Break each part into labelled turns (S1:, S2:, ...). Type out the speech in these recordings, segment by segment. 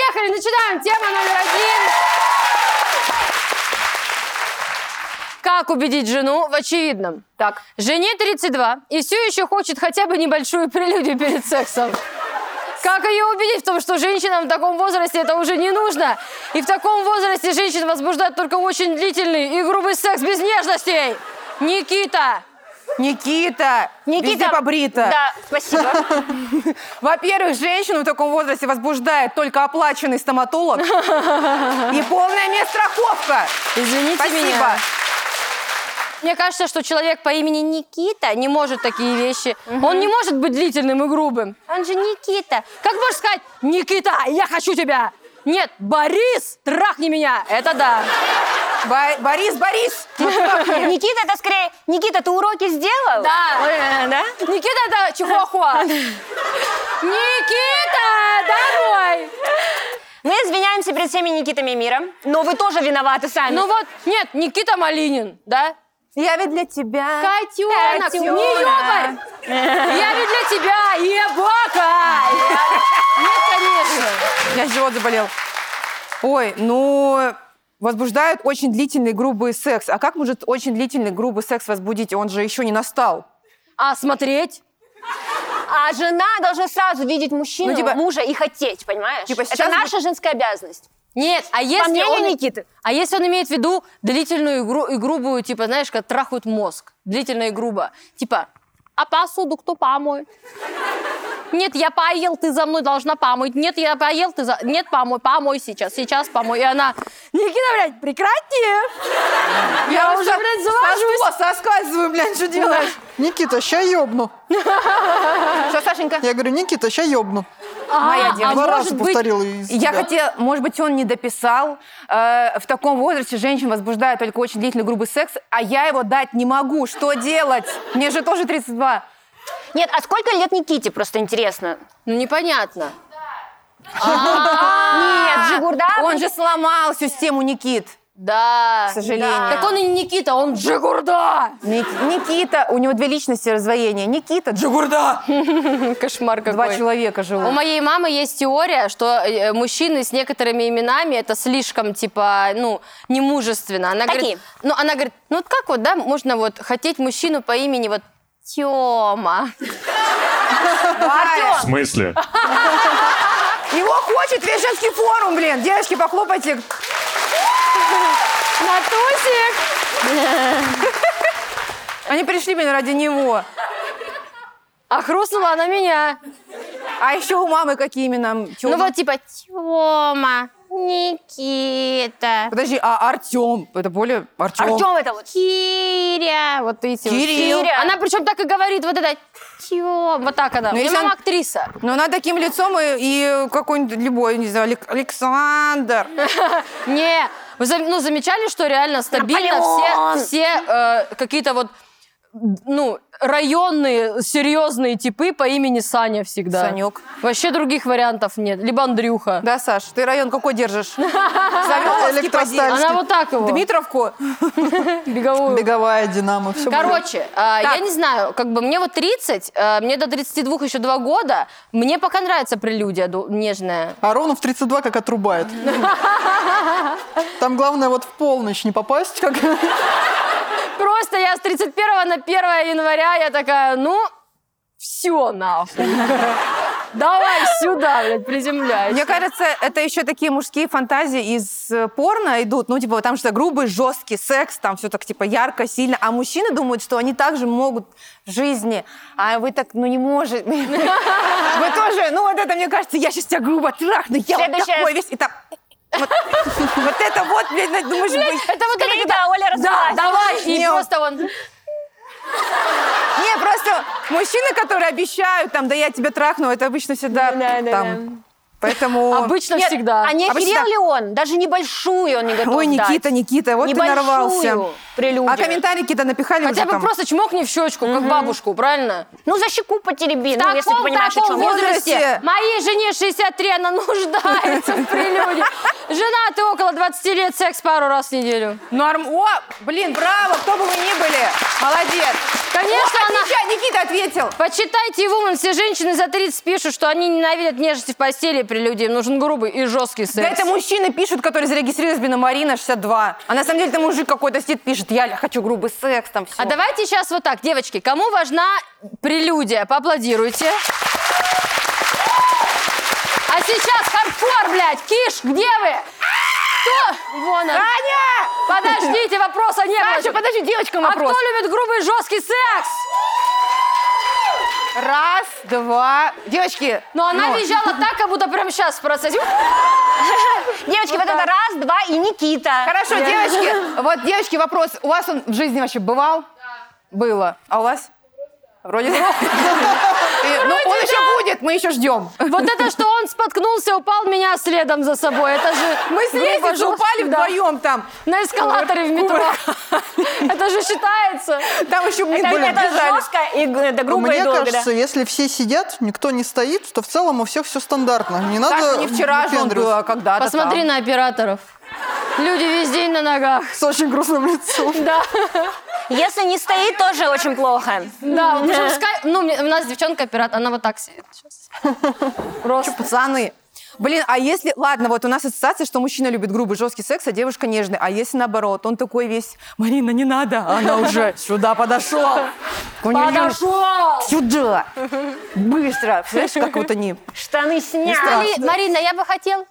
S1: Итак, тема номер один. Как убедить жену в очевидном?
S2: Так.
S1: Жене 32 и все еще хочет хотя бы небольшую прелюдию перед сексом. Как ее убедить в том, что женщинам в таком возрасте это уже не нужно? И в таком возрасте женщин возбуждает только очень длительный и грубый секс без нежностей. Никита!
S3: Никита! Везде побрита.
S2: Да, спасибо.
S3: Во-первых, женщину в таком возрасте возбуждает только оплаченный стоматолог и полная медстраховка.
S1: Извините
S3: Спасибо.
S1: меня. Мне кажется, что человек по имени Никита не может такие вещи. Он не может быть длительным и грубым. Он же Никита. Как можешь сказать, Никита, я хочу тебя? Нет, Борис, трахни меня. Это да.
S3: Бо- Борис, Борис!
S2: Никита, это скорее... Никита, ты уроки сделал?
S1: Да.
S2: Э, Да?
S1: Никита, это чихуахуа. Никита, домой.
S2: Мы извиняемся перед всеми Никитами мира, но вы тоже виноваты сами.
S1: Ну вот, нет, Никита Малинин, да?
S3: Я ведь для тебя.
S1: Котенок, не
S2: Котенок.
S1: ёбарь! Я ведь для тебя ебака! Нет, конечно.
S3: У меня живот заболел. Ой, ну... Возбуждает очень длительный грубый секс. А как может очень длительный грубый секс возбудить? Он же еще не настал.
S1: А смотреть?
S2: А жена должна сразу видеть мужчину,
S3: Ну, типа-
S2: мужа и хотеть, понимаешь?
S3: Типа
S2: это
S3: сейчас бы-
S2: наша женская обязанность.
S1: Нет, а если
S2: мнению
S1: он...
S2: Никиты.
S1: А если он имеет в виду длительную и, гру- и грубую, типа, знаешь, как трахают мозг. Длительно и грубо. Типа, а посуду кто помоет? Нет, я поел, ты за мной должна помыть. Нет, я поел, ты за... Нет, помой, помой сейчас, сейчас помой. И она, Никита, блядь, прекрати! Я уже,
S3: просто
S1: блядь, завожусь.
S3: сошла, соскальзываю, блядь, что делаешь?
S4: Никита, ща ёбну.
S3: Что, Сашенька?
S4: Я говорю, Никита, ща ёбну.
S3: Моя
S1: А,
S3: девочка.
S1: а
S4: Два раза
S1: может быть-
S4: повторила из
S3: Я
S4: себя.
S3: хотела, может быть, он не дописал. Э, в таком возрасте женщин возбуждает только очень длительный грубый секс, а я его дать не могу. Что делать? Мне же тоже 32.
S2: Нет, а сколько лет Никите, просто интересно?
S1: Ну, непонятно.
S2: Нет, Жигурда...
S3: Он же сломал всю систему Никит.
S1: Да.
S3: К сожалению.
S1: Так он и не Никита, он Джигурда!
S3: Ник- Никита, у него две личности раздвоения. Никита, Джигурда.
S1: Кошмар какой.
S3: Два человека
S1: У
S3: живут.
S1: моей мамы есть теория, что э, мужчины с некоторыми именами это слишком, типа, ну, немужественно. Она
S2: Какие?
S1: говорит, ну, она говорит, ну, вот как вот, да, можно вот хотеть мужчину по имени вот Тёма.
S3: Артём,
S5: В смысле?
S3: Его хочет весь женский форум, блин. Девочки, похлопайте.
S1: Матусик!
S3: Они пришли, блин, ради него.
S1: А хрустнула она меня.
S3: А еще у мамы какие имена? Чё?
S1: Ну, вот типа Тёма, Никита,
S3: Подожди, а Артем? Это более Артем.
S2: Артем это вот.
S1: Киря. Вот эти вот.
S3: Кирилл.
S2: Киря.
S1: Она причем так и говорит, вот это Тёма. Вот так она.
S3: Ну,
S1: У меня
S3: если
S1: мама
S3: он-
S1: актриса.
S3: Но Ну, она таким лицом и, и какой-нибудь любой, не знаю, Алек- Александр.
S1: Не, вы зам- ну, замечали, что реально стабильно
S2: Наполеон!
S1: все, все э, какие-то вот ну, районные серьезные типы по имени Саня всегда.
S3: Санек.
S1: Вообще других вариантов нет. Либо Андрюха.
S3: Да, Саш, ты район какой держишь? Савеловский, поди.
S4: Электросталь.
S1: Она вот так его.
S3: Дмитровку?
S1: Беговую.
S4: Беговая динамо. Все
S1: Короче, а, я не знаю, как бы мне вот 30, а, мне до 32 еще 2 года, мне пока нравится прелюдия ду- нежная.
S4: А ровно в 32 как отрубает. Там главное вот в полночь не попасть. а Как...
S1: Просто я с 31 на 1 января, я такая, ну, все нахуй. Давай сюда, блядь, приземляйся.
S3: Мне кажется, это еще такие мужские фантазии из э, порно идут. Ну, типа, там что грубый, жесткий секс, там все так, типа, ярко, сильно. А мужчины думают, что они также могут в жизни. А вы так, ну, не можете. Вы тоже, ну, вот это, мне кажется, я сейчас тебя грубо трахну. Я вот
S2: Следующая-
S3: такой весь, и там... Вот вот это вот, блядь, ну, думаешь, блядь,
S1: Это вот это,
S2: Скорее,
S1: когда-
S2: да, Оля
S1: Да,
S2: развелась.
S1: давай, и
S3: Не,
S1: просто он...
S3: Не, просто мужчины, которые обещают, там, да я тебя трахну, это обычно всегда там. Поэтому...
S1: Обычно
S2: Нет,
S1: всегда.
S2: А не
S3: Обычно
S2: охерел
S3: так.
S2: ли он? Даже небольшую он не готов
S3: Ой,
S2: дать.
S3: Никита, Никита, вот ты
S2: Небольшую.
S3: нарвался.
S2: прелюдия.
S3: А комментарии какие-то напихали уже
S1: Хотя бы
S3: там.
S1: просто чмокни в щечку, как бабушку, правильно?
S2: Ну, за щеку потереби,
S1: В
S2: ну, если ты
S1: таком,
S2: понимаешь, о
S1: таком
S2: чем я.
S1: возрасте
S3: возрасте.
S1: моей жене 63, она нуждается в прелюде. Жена, ты около 20 лет, секс пару раз в неделю.
S3: Норм. О, блин, браво, кто бы вы ни были. Молодец.
S1: Конечно,
S3: О,
S1: она-
S3: отвечай, Никита ответил.
S1: Почитайте Woman, все женщины за 30 пишут, что они ненавидят нежности в постели при людях. Им нужен грубый и жесткий секс.
S3: Да это мужчины пишут, которые зарегистрировались на Марина 62. А на самом деле это мужик какой-то сидит, пишет, я хочу грубый секс, там все.
S1: А давайте сейчас вот так, девочки, кому важна прелюдия? Поаплодируйте. А сейчас хардкор, блядь, киш, где вы? Кто? Вон она. Подождите, вопроса не было.
S3: Саша, подожди, девочка
S1: А
S3: вопрос.
S1: кто любит грубый жесткий секс?
S3: Раз, два. Девочки, ну,
S1: Но она
S3: но.
S1: визжала так, как будто прямо сейчас в процессе.
S2: Девочки, вот, это раз, два и Никита.
S3: Хорошо, девочки, вот, девочки, вопрос. У вас он в жизни вообще бывал? Было. А у вас? Вроде да. Э, Ну, он еще будет, мы еще ждем.
S1: Вот это, что он споткнулся, упал меня следом за собой. Это же
S3: Мы с
S1: грубо
S3: лестницы
S1: жестко,
S3: упали
S1: да.
S3: вдвоем там.
S1: На эскалаторе в метро. Это же считается.
S3: Там еще мы
S2: Это,
S3: были
S2: это жестко и г- да, грубо и
S4: Мне
S2: долго,
S4: кажется,
S2: да.
S4: если все сидят, никто не стоит, то в целом у всех все стандартно. Не надо
S3: не вчера же он был,
S4: выпендриваться.
S3: а когда-то
S1: Посмотри на операторов. Люди весь день на ногах.
S4: С очень грустным лицом.
S1: Да,
S2: Если не стоит, тоже очень плохо.
S1: да. потому что скай- Ну, мне- у нас девчонка-оператор, она вот так сидит сейчас.
S3: Просто. пацаны? Блин, а если... Ладно, вот у нас ассоциация, что мужчина любит грубый, жесткий секс, а девушка нежный. А если наоборот? Он такой весь, Марина, не надо. А Она уже сюда подошел. У неё
S1: Подошел!
S3: Сюда. Быстро. Представляешь, как вот они...
S2: Штаны сняли.
S1: Мали- Марина, я бы хотел.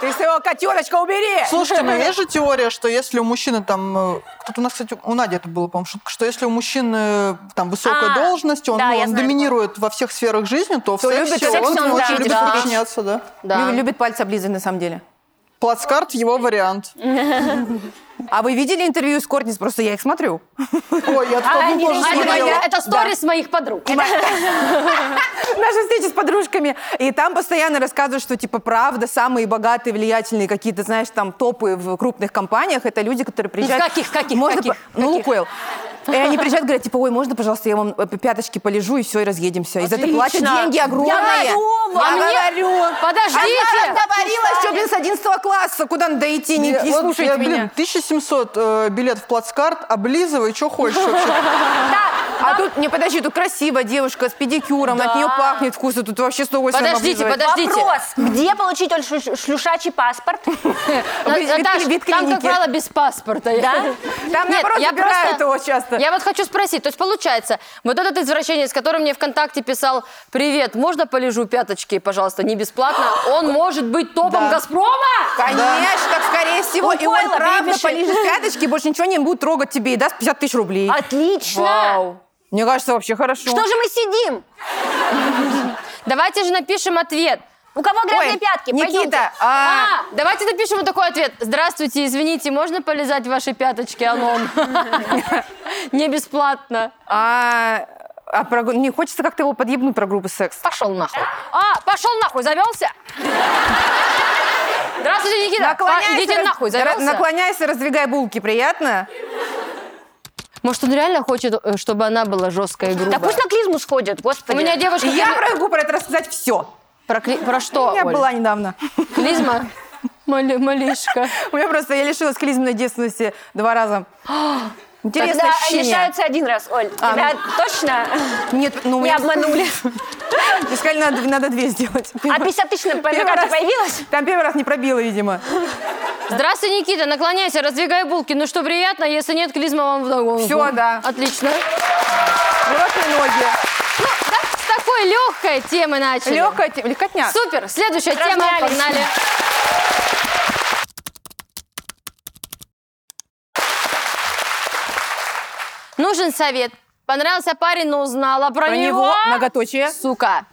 S3: Ты своего котеночка убери!
S4: Слушайте, ну есть же теория, что если у мужчины там... э, Кто-то у нас, кстати, у Нади это было, по-моему, шутка, что если у мужчины э, там высокая
S2: А,
S4: должность, он,
S2: да,
S4: ну,
S2: я
S4: он
S2: знаю
S4: доминирует во всех сферах жизни, то в
S3: То
S4: сексе
S3: любит секс,
S4: он,
S2: он, да,
S4: очень любит
S2: да.
S4: подчиняться, да.
S1: Да.
S3: Лю- Любит пальцы облизывать, на самом деле.
S4: Плацкарт его вариант.
S3: А вы видели интервью с Кортнис? Просто я их смотрю.
S4: Ой, я такого
S2: они
S4: тоже
S1: А это,
S4: смотрела.
S1: моя- это сторис моих подруг.
S3: Наши встречи с подружками. И там постоянно рассказывают, что, типа, правда, самые богатые, влиятельные какие-то, знаешь, там, топы в крупных компаниях, это люди, которые приезжают...
S1: каких, каких,
S3: Можно
S1: каких,
S3: по- Ну,
S1: каких?
S3: Лукойл. И они приезжают, говорят, типа, ой, можно, пожалуйста, я вам э, пяточки полежу, и все, и разъедемся. И за это платят
S2: Отлично.
S3: деньги огромные.
S1: Я готова. А мне-
S3: говорю.
S1: Подождите.
S3: Она разговорилась, что, блин, с 11 класса. Куда надо идти? Не, не
S4: Вот
S3: слушайте
S4: я,
S3: меня.
S4: Блин, 1700 э, билет в плацкарт, облизывай, что хочешь вообще.
S3: А тут, не, подожди, тут красивая девушка с педикюром, от нее пахнет вкусно, тут вообще 108
S1: Подождите,
S3: облизывает.
S1: подождите.
S2: Вопрос, где получить оль- шлю- шлюшачий паспорт?
S1: На-
S3: Вид- вид-
S1: Наташ,
S3: вид
S1: там, как
S3: клиники.
S1: правило, без паспорта.
S2: Да?
S3: Там,
S1: Нет,
S3: наоборот,
S1: я
S3: забирают
S1: просто-
S3: его часто.
S1: Я вот хочу спросить, то есть получается, вот этот извращенец, который мне ВКонтакте писал, привет, можно полежу пяточки, пожалуйста, не бесплатно, он может быть топом
S4: Да.
S1: Газпрома?
S3: Конечно, так скорее всего. и он
S2: Лукойла,
S3: правда
S2: перепиши.
S3: полежит пяточки, больше ничего не будет трогать тебе и даст 50 тысяч рублей.
S1: А
S2: Отлично.
S3: Вау. Мне кажется, вообще хорошо.
S2: Что же мы сидим?
S1: Давайте же напишем ответ.
S2: У кого грязные
S3: Ой,
S2: пятки?
S3: Никита,
S1: А,
S3: а,
S1: давайте напишем вот такой ответ. Здравствуйте, извините, можно полезать в ваши пяточки, Анон? Не бесплатно.
S3: а, а про, гру- не хочется как-то его подъебнуть про грубый секс.
S1: Пошел нахуй. А, пошел нахуй, завелся? Здравствуйте, Никита. А, Идите
S3: раз-
S1: нахуй,
S3: ра-
S1: завелся?
S3: наклоняйся, раздвигай булки, приятно?
S1: Может, он реально хочет, э, чтобы она была жесткая и грубая?
S2: Да пусть на клизму сходит,
S1: У
S2: господи.
S1: меня девушка...
S3: Я
S1: кли-
S3: могу про это рассказать все.
S1: Про, кли- про
S3: У
S1: что,
S3: меня
S1: Оль?
S3: была недавно.
S1: Клизма? Мали- Малишка.
S3: У меня просто, я лишилась клизменной девственности два раза. Интересное
S2: Когда
S3: ощущение.
S2: лишаются один раз, Оль.
S3: А,
S2: Тебя точно
S3: Нет, ну,
S2: не
S3: меня
S2: обманули.
S3: Искали, надо, надо две сделать.
S2: А 50 тысяч на
S3: Первый
S2: карте
S3: раз-
S2: появилось?
S3: Там первый раз не пробило, видимо.
S1: Здравствуй, Никита, наклоняйся, раздвигай булки. Ну что, приятно? Если нет, клизма вам в голову.
S3: Всё, да.
S1: Отлично.
S3: Взрослые ноги.
S1: Ну, да, с такой легкой темы начали.
S3: Легкая тема, легкотня.
S1: Супер, следующая тема,
S2: Размялись.
S1: погнали. Нужен совет Понравился парень, но узнала про,
S3: Про него многоточие.
S1: Сука.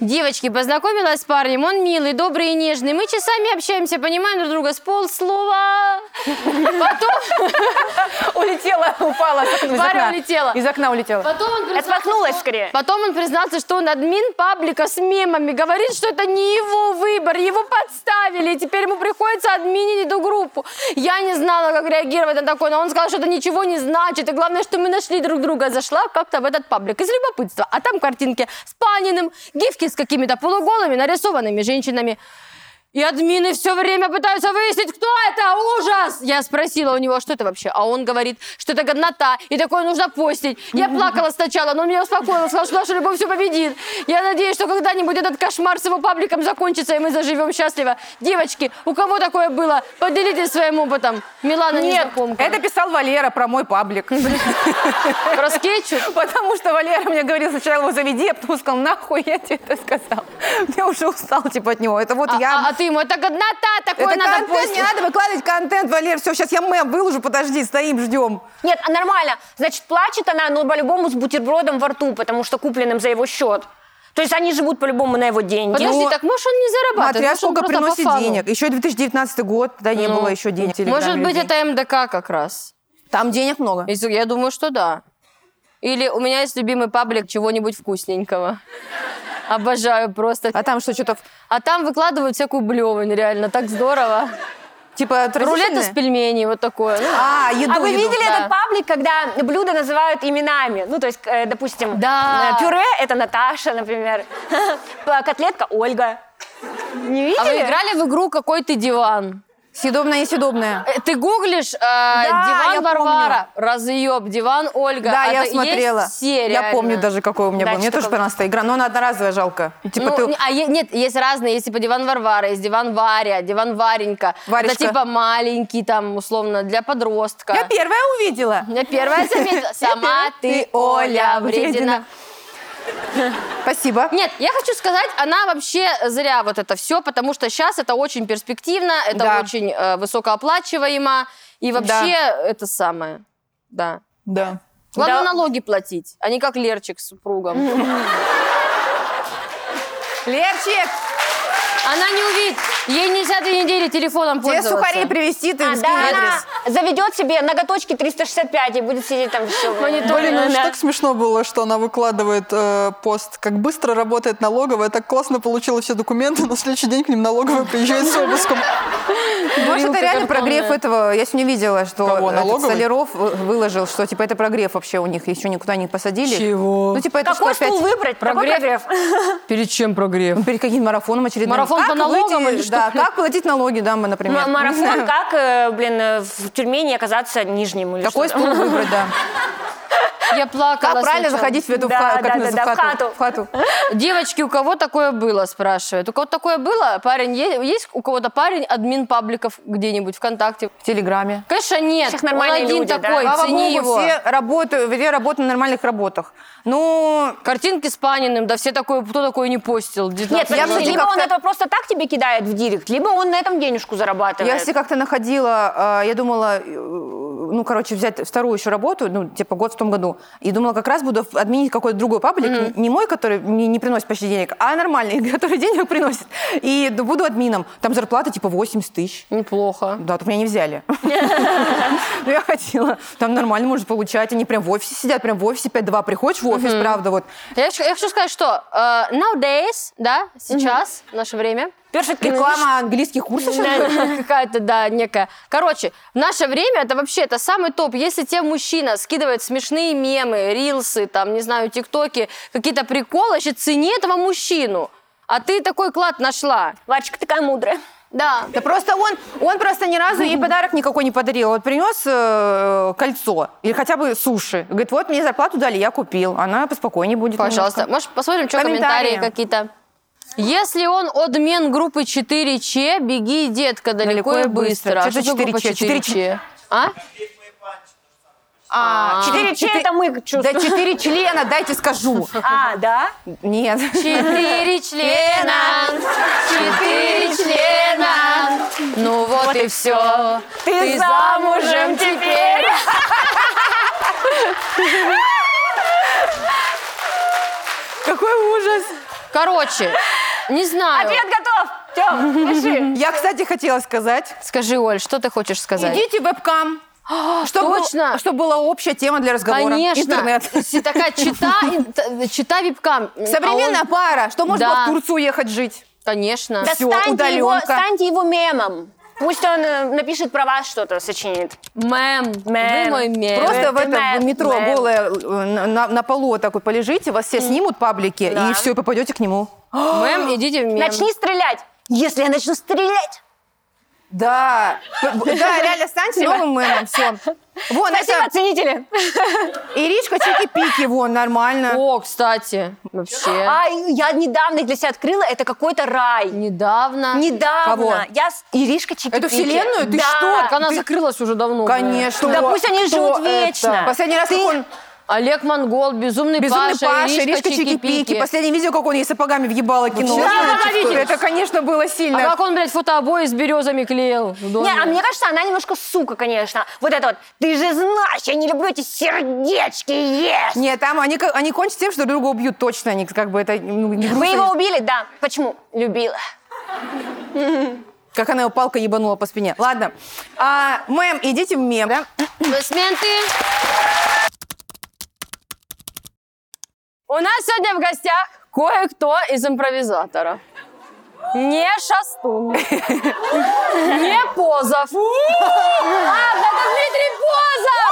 S1: Девочки, познакомилась с парнем. Он милый, добрый и нежный. Мы часами общаемся, понимаем друг друга с полслова.
S3: Улетела, упала из окна.
S1: Варя улетела.
S3: Из окна улетела.
S1: Потом он признался,
S2: Отмахнулась
S1: что-
S2: скорее.
S1: Потом он признался, что он админ паблика с мемами. Говорит, что это не его выбор, его подставили, и теперь ему приходится админить эту группу. Я не знала, как реагировать на такое, но он сказал, что это ничего не значит. И главное, что мы нашли друг друга. Зашла как-то в этот паблик из любопытства. А там картинки с Паниным, гифки с какими-то полуголыми, нарисованными женщинами. И админы все время пытаются выяснить, кто это, ужас! Я спросила у него, что это вообще, а он говорит, что это годнота, и такое нужно постить. Я плакала сначала, но он меня успокоил, он сказал, что наша любовь все победит. Я надеюсь, что когда-нибудь этот кошмар с его пабликом закончится, и мы заживем счастливо. Девочки, у кого такое было? Поделитесь своим опытом. Милана
S3: Нет,
S1: незнакомка.
S3: это писал Валера про мой паблик.
S1: Про скетчуп?
S3: Потому что Валера мне говорил, сначала его заведи, а потом сказал, нахуй я тебе это сказал. Я уже устал, типа, от него. Это вот
S1: А,
S3: я...
S1: а- а ты ему, это годнота, такое
S3: Это
S1: надо
S3: контент,
S1: постить.
S3: не надо выкладывать контент, Валер. Все, сейчас я мем выложу, подожди, стоим, ждем.
S2: Нет, а нормально. Значит, плачет она, но по-любому с бутербродом во рту, потому что купленным за его счет. То есть они живут по-любому на его деньги.
S1: Подожди,
S3: Ну,
S1: так может он не зарабатывает?
S3: Смотря
S1: может, он
S3: сколько
S1: просто по
S3: приносит
S1: фану?
S3: денег. Еще 2019 год, да, не было еще денег. в Телеграме
S1: Может быть,
S3: людей.
S1: это МДК как раз.
S3: Там денег много.
S1: Если- Я думаю, что да. Или у меня есть любимый паблик чего-нибудь вкусненького. Обожаю просто.
S3: А там что, что-то
S1: А там выкладывают всякую блевань, реально, так здорово.
S3: типа
S1: Рулеты с
S3: отвратительные?
S1: пельменей, вот такое. Ну,
S3: А, еду,
S2: а вы
S3: еду.
S2: видели
S1: да.
S2: этот паблик, когда блюда называют именами? Ну, то есть, э, допустим,
S1: Да.
S2: э, пюре – это Наташа, например. П- Котлетка – Ольга. Не видели?
S1: А вы играли в игру «Какой ты диван»?
S3: Съедобное и съедобное.
S1: Э, Ты гуглишь э,
S3: я
S1: «Диван Варвара», «Разъеб», «Диван Ольга». а
S3: Да,
S1: Это
S3: я
S1: есть
S3: смотрела.
S1: все,
S3: я
S1: реально.
S3: помню даже, какой у меня
S2: Да,
S3: был. Мне
S2: что-то
S3: тоже понравилась эта игра, но она одноразовая, жалко. Типа
S1: Ну,
S3: ты...
S1: не- а е- нет, есть разные, есть типа диван Варвара, есть диван Варя, диван Варенька.
S3: Варежка.
S1: Это типа маленький там, условно, для подростка.
S3: Я первая увидела.
S1: Я Ну, первая заметила. Сама ты,
S3: Ты,
S1: Оля,
S3: Оля,
S1: вредина.
S3: вредина. Спасибо.
S1: Нет, я хочу сказать, она вообще зря вот это все, потому что сейчас это очень перспективно, это
S3: Да.
S1: очень э, высокооплачиваемо, и вообще это самое. Да.
S4: Да.
S1: Главное
S2: Да.
S1: налоги платить, а не как Лерчик с супругом.
S3: Лерчик,
S1: Она не увидит, ей нельзя две недели телефоном
S3: тебе
S1: пользоваться.
S3: сухари привезти, ты
S2: А,
S3: скинь
S2: да,
S3: адрес.
S2: она заведет себе ноготочки 365 и будет сидеть там все.
S4: Блин, ну это ж так смешно было, что она выкладывает э, пост, как быстро работает налоговая, так классно получила все документы, на следующий день к ним налоговая приезжает с обыском.
S3: Может,
S1: Дурилка
S3: это
S1: картонная.
S3: реально прогрев этого. Я сегодня видела, что
S4: Кого,
S3: этот
S4: налоговый?
S3: Столяров вы- выложил, что типа это прогрев вообще у них. Еще никуда не посадили.
S4: Чего?
S3: Ну, типа это
S2: Какой
S3: что, опять
S2: стул выбрать? Какой
S1: Прогрев? Перед чем прогрев?
S3: Перед каким марафоном очередным?
S1: Марафон
S3: Как
S1: по налогам
S3: выйти-
S1: или что,
S3: Да,
S1: блин?
S3: как платить налоги, да, мы, например.
S2: М- Марафон, как, э, блин, э, в тюрьме не оказаться нижним или
S3: Такой
S2: что-то?
S3: стул выбрать, да.
S1: Я плакала
S3: Как правильно
S1: сначала.
S3: заходить в эту
S2: Да,
S3: ха-
S2: да,
S3: как
S2: да, да,
S3: называется,
S2: в
S3: в хату? В хату.
S1: Девочки, у кого такое было, спрашивают. У кого такое было? Парень е- есть? У кого-то парень админ пабликов где-нибудь ВКонтакте?
S3: В Телеграме.
S1: Конечно, нет.
S2: Всех
S1: Он
S2: нормальные
S1: один
S2: люди, да.
S1: такой,
S3: Слава
S1: цени его.
S3: богу, все работают, все работают на нормальных работах. Ну,
S1: Картинки с Паниным, да все такое, кто такое не постил?
S2: Нет,
S1: 19
S3: Я,
S2: подожди,
S1: лет.
S3: кстати,
S2: либо он
S3: как-то-
S2: это просто так тебе кидает в директ, либо он на этом денежку зарабатывает.
S3: я все как-то находила, э, я думала, э, ну, короче, взять вторую еще работу, ну, типа год в том году, и думала, как раз буду отменить какой-то другой паблик, не мой, который мне не приносит почти денег, а нормальный, который денег приносит, и буду админом. Там зарплата типа 80 тысяч.
S1: ну, Неплохо.
S3: Да, тут меня не взяли. Ну, я хотела. Там нормально можно получать. Они прям в офисе сидят, прям в офисе 5-2. Приходишь в офис, правда, вот.
S1: Я, хочу- я хочу сказать, что э, nowadays, да, сейчас, в наше время,
S2: Perfect English.
S3: Реклама английских курсов. что ли?
S1: Да, какая-то, да, некая. Короче, в наше время это вообще это самый топ. Если тебе мужчина скидывает смешные мемы, рилсы, там, не знаю, тиктоки, какие-то приколы, значит, цени этого мужчину. А ты такой клад нашла.
S2: Варечка такая мудрая.
S1: Да.
S3: Да просто он, он просто ни разу ей подарок никакой не подарил. Вот принес э, кольцо или хотя бы суши. Говорит, вот мне зарплату дали, я купил. Она поспокойнее будет.
S1: Пожалуйста.
S3: немножко.
S1: Может, посмотрим, что комментарии,
S3: Комментарии.
S1: какие-то. Если он отмен группы 4Ч, беги, детка, далеко,
S3: Далеко
S1: и
S3: и
S1: быстро.
S3: быстро.
S1: А
S3: Что за
S1: что такое
S3: 4Ч?
S1: 4Ч? А?
S3: А,
S2: Четыре че
S3: четы-
S2: это мы чувствуем.
S3: Да четыре члена, дайте скажу.
S2: А, да?
S3: Нет.
S1: Четыре члена, четыре члена. Ну вот и все.
S2: Ты замужем теперь.
S3: ужас.
S1: Короче, не знаю.
S2: Ответ готов. Тём, пиши.
S3: Я, кстати, хотела сказать.
S1: Скажи, Оль, что ты хочешь сказать?
S3: Идите в вебкам. Чтобы,
S1: А, точно.
S3: чтобы была общая тема для разговора.
S1: Конечно.
S3: Интернет.
S1: Си- Такая чита, ин- т- чита вебкам. А он-
S3: Современная пара. Что можно
S1: Да.
S3: было в Турцию ехать жить?
S1: Конечно.
S2: Да
S3: Всё,
S2: станьте его,
S3: удалёнка.
S2: станьте его мемом. Пусть он э, напишет про вас что-то, сочинит.
S1: Мэм.
S2: Мэм.
S1: Вы мой мэм.
S3: Просто в
S2: Это
S3: этом
S2: мэм,
S3: в метро
S2: мэм.
S3: голое э, на, на полу вот так вот полежите, вас все снимут паблики,
S2: Да.
S3: и все, и попадете к нему.
S1: Мэм, идите в мем.
S2: Начни стрелять. Если я начну стрелять.
S3: Да. П- б- Да, реально, станьте новым мэром, все. Вон,
S2: Спасибо,
S3: это
S2: оценители.
S3: Иришка Чики-Пики, вон, нормально.
S1: О, кстати, вообще.
S2: А, я недавно их для себя открыла, это какой-то рай.
S1: Недавно.
S2: Недавно.
S3: Кого?
S2: Я с Иришка Чики.
S3: Эту вселенную? Ты что?
S1: Так она закрылась уже давно. блин.
S3: Конечно.
S2: Да пусть они
S3: Кто
S2: живут вечно.
S3: это? Последний раз, как он...
S1: Олег Монгол, Безумный,
S3: Безумный
S1: Паша,
S3: Паша,
S1: Иришка
S3: Иришка
S1: А
S3: Чики-Пики. Последнее видео, как он ей сапогами въебало кино.
S1: Да,
S3: Знаете,
S1: да,
S3: что
S1: видела.
S3: Это, конечно, было сильно.
S1: А как он, блядь, фотообои с березами клеил? в доме?
S2: Не, а мне кажется, она немножко сука, конечно. Вот это вот, ты же знаешь, я не люблю эти сердечки есть.
S3: Нет, там они, ко- они кончат тем, что друг друга убьют точно. Они как бы это... ну, не
S2: Вы
S3: грустно.
S2: его убили? Да. Почему? Любила.
S3: Как она его палкой ебанула по спине. Ладно. А, мэм, идите в мем. да?
S1: Аплодисменты. У нас сегодня в гостях кое-кто из импровизаторов. Не Шастун. Не Позов. А, это Дмитрий Позов!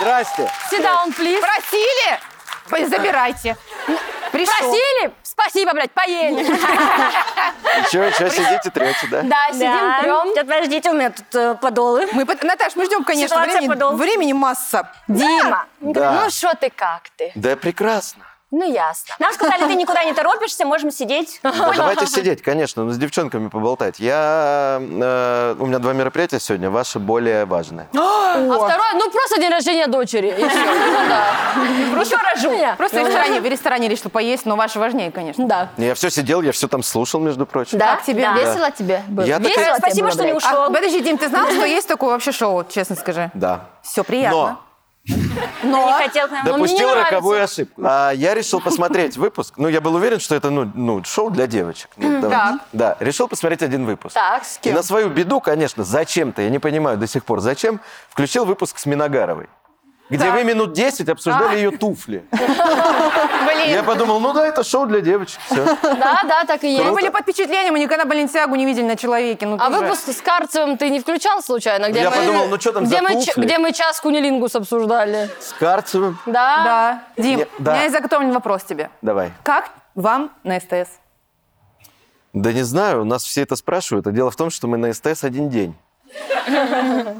S5: Здрасте.
S1: Всегда он плиз.
S3: Просили? П- Забирайте. Пришел.
S1: Просили? Спасибо, блядь, поели.
S5: Еще, еще сидите третий, да?
S1: Да, А сидим, трем.
S2: Сейчас, подождите, у меня тут э, подолы.
S3: Мы, под- Наташ, мы ждем, конечно,
S2: Ситуация
S3: времени,
S2: подол.
S3: времени масса.
S1: Дима,
S5: Да.
S1: ну что ты, как ты?
S5: Да прекрасно.
S1: Ну ясно.
S2: Нам сказали, ты никуда не торопишься, можем сидеть.
S5: Да давайте сидеть, конечно, но с девчонками поболтать. Я, э, у меня два мероприятия сегодня, ваши более важные.
S1: А второе, ну просто день рождения дочери. и всё. Ну да.
S3: Просто рожу.
S1: Меня.
S3: Просто в ресторане, в ресторане решила поесть, но ваше важнее, конечно.
S1: Да.
S5: Я все сидел, я все там слушал, между прочим.
S1: Да?
S3: Как тебе?
S1: Да.
S3: Да.
S1: Весело тебе было?
S5: Я
S1: Весело
S5: такая-
S1: тебе
S2: Спасибо,
S1: было,
S2: что
S1: блядь?
S2: не ушел.
S3: А, подожди, Дим, ты знал, что есть такое вообще шоу, честно скажи?
S5: Да.
S3: Все
S5: Но
S3: приятно.
S2: Не хотел к нам.
S1: Ну, мне не
S5: допустил
S1: нравится.
S5: роковую ошибку. А я решил посмотреть выпуск. Ну, я был уверен, что это ну, ну, шоу для девочек. Ну, давай. Да, решил посмотреть один выпуск.
S1: Так, с
S5: И
S1: кем?
S5: на свою беду, конечно, зачем-то, я не понимаю до сих пор, зачем, включил выпуск с Миногаровой. Где вы минут 10 обсуждали
S1: А.
S5: ее туфли. Я подумал, ну да, это шоу для девочек, все.
S1: Да, да, так и
S3: Мы
S1: есть.
S3: были под впечатлением, мы никогда Баленсиагу не видели на человеке. Ну,
S1: А
S3: ты же-
S1: выпуск с Карцевым ты не включал случайно? Где
S5: Я
S1: мы-
S5: подумал, ну чё там
S1: где
S5: за
S1: мы,
S5: туфли?
S1: ча- Где мы час кунилингус обсуждали.
S5: С Карцевым.
S1: Да?
S3: Да. Дим,
S5: Не- да.
S3: у меня есть заготовленный вопрос тебе.
S5: Давай.
S3: Как вам на СТС?
S5: Да не знаю, у нас все это спрашивают, а дело в том, что мы на СТС один день.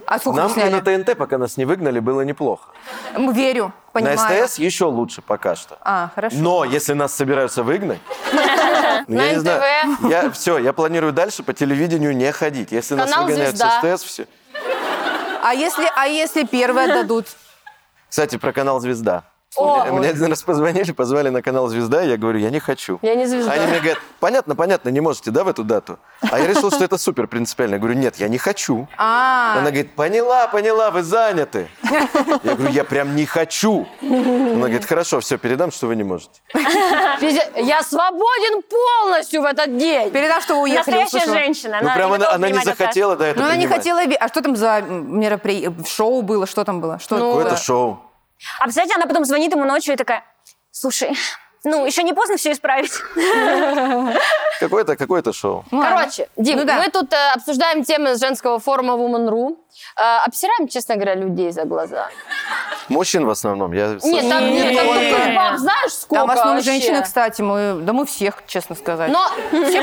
S3: А сколько
S5: Нам
S3: вы сняли?
S5: и на ТНТ, пока нас не выгнали, было неплохо.
S3: М, Верю, понимаю.
S5: На СТС Ну. еще лучше пока что.
S3: А, хорошо.
S5: Но если нас собираются выгнать, ну,
S1: На
S5: я не знаю.
S1: НТВ.
S5: Я все, я планирую дальше по телевидению не ходить. Если нас
S1: Канал
S5: выгоняют
S1: «Звезда».
S5: с СТС, все.
S3: А если, а если первое дадут?
S5: Кстати, про канал Звезда. Мне- Мне один раз позвонили, позвали на канал Звезда, и я говорю, я не хочу.
S1: Я не звезда.
S5: Они мне говорят, понятно, понятно, не можете, да, в эту дату? А я решил, что это супер принципиально. Я говорю, нет, я не хочу.
S3: А,
S5: Она говорит, поняла, поняла, вы заняты. Я говорю, я прям не хочу. Она говорит, хорошо, все, передам, что вы не можете.
S1: Пизде- Я свободен полностью в этот день.
S3: передам, что вы уехали.
S2: Настоящая
S3: услышала.
S2: женщина.
S5: Ну, прям она,
S2: готова
S5: она не
S2: принимать отказ.
S5: захотела, да, это
S3: Ну, она не
S5: принимать.
S3: хотела... ви- А что там за мероприятие? Шоу было? Что там было?
S1: Ну,
S3: Что это было?
S5: Какое-то шоу.
S2: А представляете, она потом звонит ему ночью и такая, слушай, ну, еще не поздно все исправить.
S5: Какое-то, какое-то шоу.
S3: Ну, ладно.
S1: Короче, Дим,
S3: Ну да.
S1: мы тут э, обсуждаем темы с женского форума Woman.ru. Э, обсираем, честно говоря, людей за глаза.
S5: Мужчин в основном. Я
S1: Нет, ну-
S5: слышал.
S1: там, нет, там таких баб, знаешь, сколько
S3: Там в основном
S1: вообще?
S3: женщины, кстати, мы, да мы всех, честно сказать.
S1: Но,
S3: все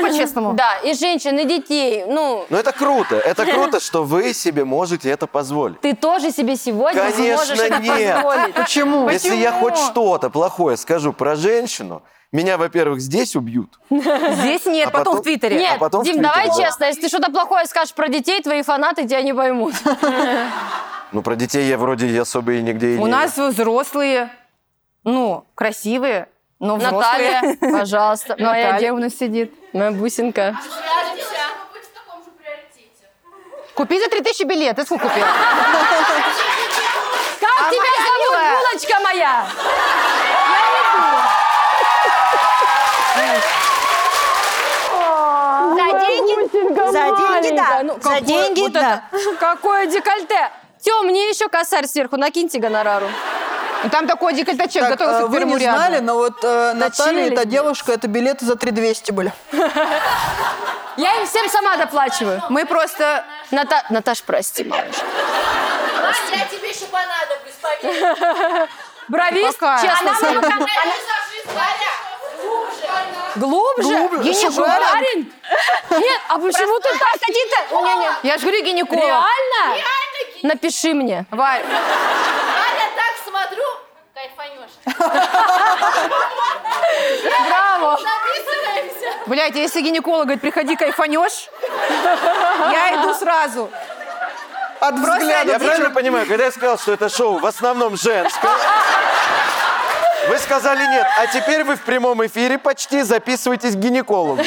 S3: по-честному.
S1: да, и женщин, и детей. Ну,
S5: Но это круто. Это круто, что вы себе можете это позволить.
S1: ты тоже себе сегодня
S5: Конечно,
S1: сможешь это
S5: нет.
S1: позволить.
S3: Почему?
S5: Если я хоть что-то плохое скажу про женщину, меня, во-первых, здесь убьют.
S3: Здесь нет,
S5: А
S3: потом,
S5: потом-
S3: в Твиттере.
S1: Нет,
S5: А потом в
S1: Дим,
S5: Твиттере,
S1: давай
S5: да.
S1: честно, если ты что-то плохое скажешь про детей, твои фанаты тебя не поймут.
S5: Ну, про детей я вроде и особо и нигде и
S3: У
S5: не-
S3: нас взрослые, ну, красивые, Но взрослые.
S1: Наталья, пожалуйста. Ну, а Моя
S3: Наталья.
S1: девушка,
S3: сидит.
S1: моя бусинка.
S3: Купи за 3000 билет. Ты сколько купила?
S1: Как тебя зовут,
S3: милая.
S1: булочка моя? А,
S2: За деньги? За деньги,
S1: ну,
S2: да. За деньги, да.
S1: Какое декольте. Тем, мне еще косарь сверху, накиньте гонорару.
S3: Ну, Там такой декольтачек
S4: Так,
S3: готовился
S1: а
S4: э,
S3: к
S4: вы
S3: первому
S4: не
S3: ряду.
S4: знали, но вот э, Наталья и
S1: Точили.
S4: та девушка, это билеты за 3200 были.
S1: Я им всем сама доплачиваю.
S3: Мы просто...
S1: Ната... Наташ, прости, малыш.
S6: Настя, я тебе еще понадоблюсь, поверь.
S1: Бровист,
S3: Какая?
S1: честно,
S2: Она
S1: скажу.
S2: мне
S6: Она жизнь, Варя. Глубже.
S1: глубже.
S4: Глубже.
S1: Гинеколог.
S3: ну,
S4: Шугаринг.
S1: Нет, а почему ты так?
S2: Садись-то. Не-не.
S3: Я же говорю гинеколог.
S1: Реально? Напиши мне.
S3: Варь,
S6: Варя, так смотрю, кайфанешь.
S1: Браво.
S6: Записываемся.
S3: блядь, если гинеколог говорит, приходи, кайфанешь, я иду сразу.
S4: От взгляда.
S5: Я правильно понимаю, когда я сказал, что это шоу в основном женское, вы сказали нет, а теперь вы в прямом эфире почти записываетесь к гинекологу.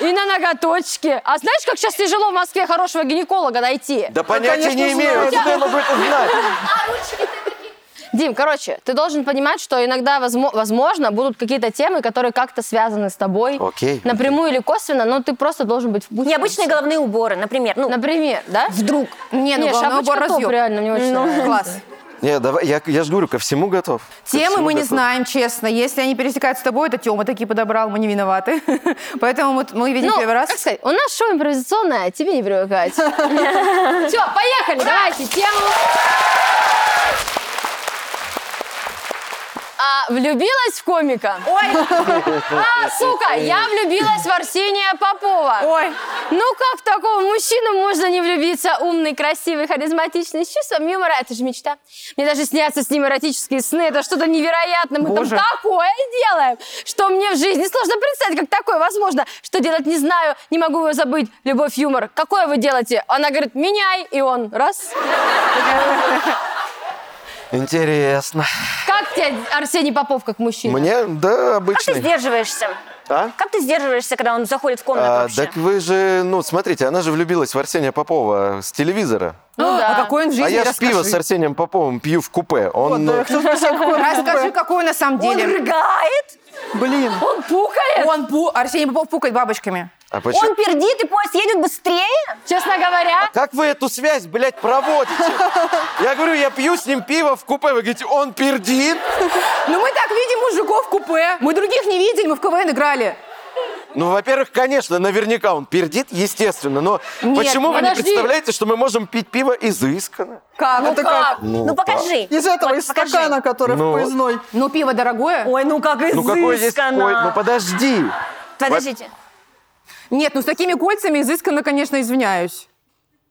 S1: И на ноготочке. А знаешь, как сейчас тяжело в Москве хорошего гинеколога найти?
S5: Да понятия
S4: конечно,
S5: не имею,
S4: знаю.
S5: откуда я могу это знать?
S6: А ручки-то какие?
S1: Дим, короче, ты должен понимать, что иногда, возмо- возможно, будут какие-то темы, которые как-то связаны с тобой.
S5: Окей.
S1: Напрямую или косвенно, но ты просто должен быть в курсе.
S2: Необычные головные уборы, например. Ну,
S1: Например, да?
S2: вдруг.
S3: Не, ну,
S1: Не,
S3: главное,
S1: шапочка
S3: убор
S1: топ,
S3: разъёб.
S1: реально, мне очень
S3: Ну,
S1: нравится.
S3: класс.
S5: Не, давай, я, я же говорю, ко всему готов. Ко
S3: Темы
S5: всему
S3: мы не
S5: готов.
S3: знаем, честно. Если они пересекаются с тобой, это Тёма такие подобрал, мы не виноваты. Поэтому мы, мы видим
S1: Ну,
S3: первый раз.
S1: как сказать, у нас шоу импровизационное, а тебе не привыкать. Все, поехали, давайте, тему. А, влюбилась в комика? Ой! А, сука, я влюбилась в Арсения Попова.
S3: Ой,
S1: Ну как в такого мужчину можно не влюбиться? Умный, красивый, харизматичный, с чувством юмора. Это же мечта. Мне даже снятся с ним эротические сны. Это что-то невероятное. Мы
S3: Боже.
S1: там такое делаем, что мне в жизни сложно представить, как такое возможно. Что делать не знаю, не могу его забыть. Любовь, юмор. Какое вы делаете? Она говорит, меняй. И он раз.
S5: Интересно.
S1: Как тебе Арсений Попов как мужчина?
S5: Мне, да,
S2: Как ты
S5: обычный.
S2: сдерживаешься?
S5: А?
S2: Как ты сдерживаешься, когда он заходит в комнату
S5: А,
S2: вообще?
S5: так вы же, ну, смотрите, она же влюбилась в Арсения Попова с телевизора.
S1: Ну
S3: а
S1: да.
S3: какой он в жизни,
S5: а я ж
S3: расскажи.
S5: пиво с Арсением Поповым пью в купе. Он, ну,
S3: Расскажи, какой он на самом
S2: Он
S3: деле.
S2: рыгает,
S4: Блин.
S2: он пукает,
S3: Он, пу... Арсений Попов пукает бабочками.
S5: а почему-
S2: он пердит, и поезд едет быстрее.
S1: Честно говоря,
S5: Как вы эту связь, блядь, проводите? Я говорю, я пью с ним пиво в купе. Вы говорите, он пердит?
S3: Ну мы так видим мужиков в купе. Мы других не видели, мы в КВН играли.
S5: Ну, во-первых, конечно, наверняка он пердит, естественно. Но почему вы не
S1: подожди.
S5: представляете, что мы можем пить пиво изысканно?
S3: Как?
S2: Ну
S3: это
S2: как?
S5: Ну,
S2: Ну покажи.
S4: Из этого,
S2: Вот,
S4: из
S2: покажи.
S4: стакана, который
S5: Ну.
S4: в поездной.
S3: Ну пиво дорогое.
S2: Ой, ну как
S5: Ну, какой есть... Ой, ну,
S2: изысканно.
S5: подожди.
S2: Подождите.
S3: Нет, ну с такими кольцами изысканно, конечно, извиняюсь.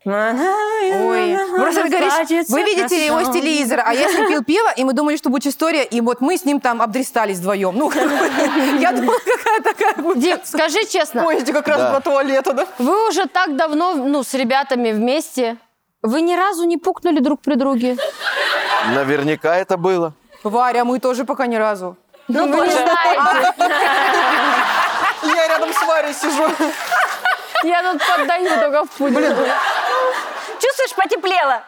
S3: Ой, просто ты говоришь, вы видите его с телевизора, а я с ним пил пиво, и мы думали, что будет история, и вот мы с ним там обдристались вдвоем. Ну, как бы, я думала, какая такая будет.
S1: Дим, скажи честно,
S4: Поезде как раз
S5: Да.
S4: два туалета, да?
S1: Вы уже так давно, ну, с ребятами вместе. Вы ни разу не пукнули друг при друге?
S5: Наверняка это было.
S3: Варя, мы тоже пока ни разу.
S1: Ну, вы не знаете.
S4: Я рядом с Варей сижу.
S1: Я тут поддаю только в путь.
S2: Чувствуешь, потеплело.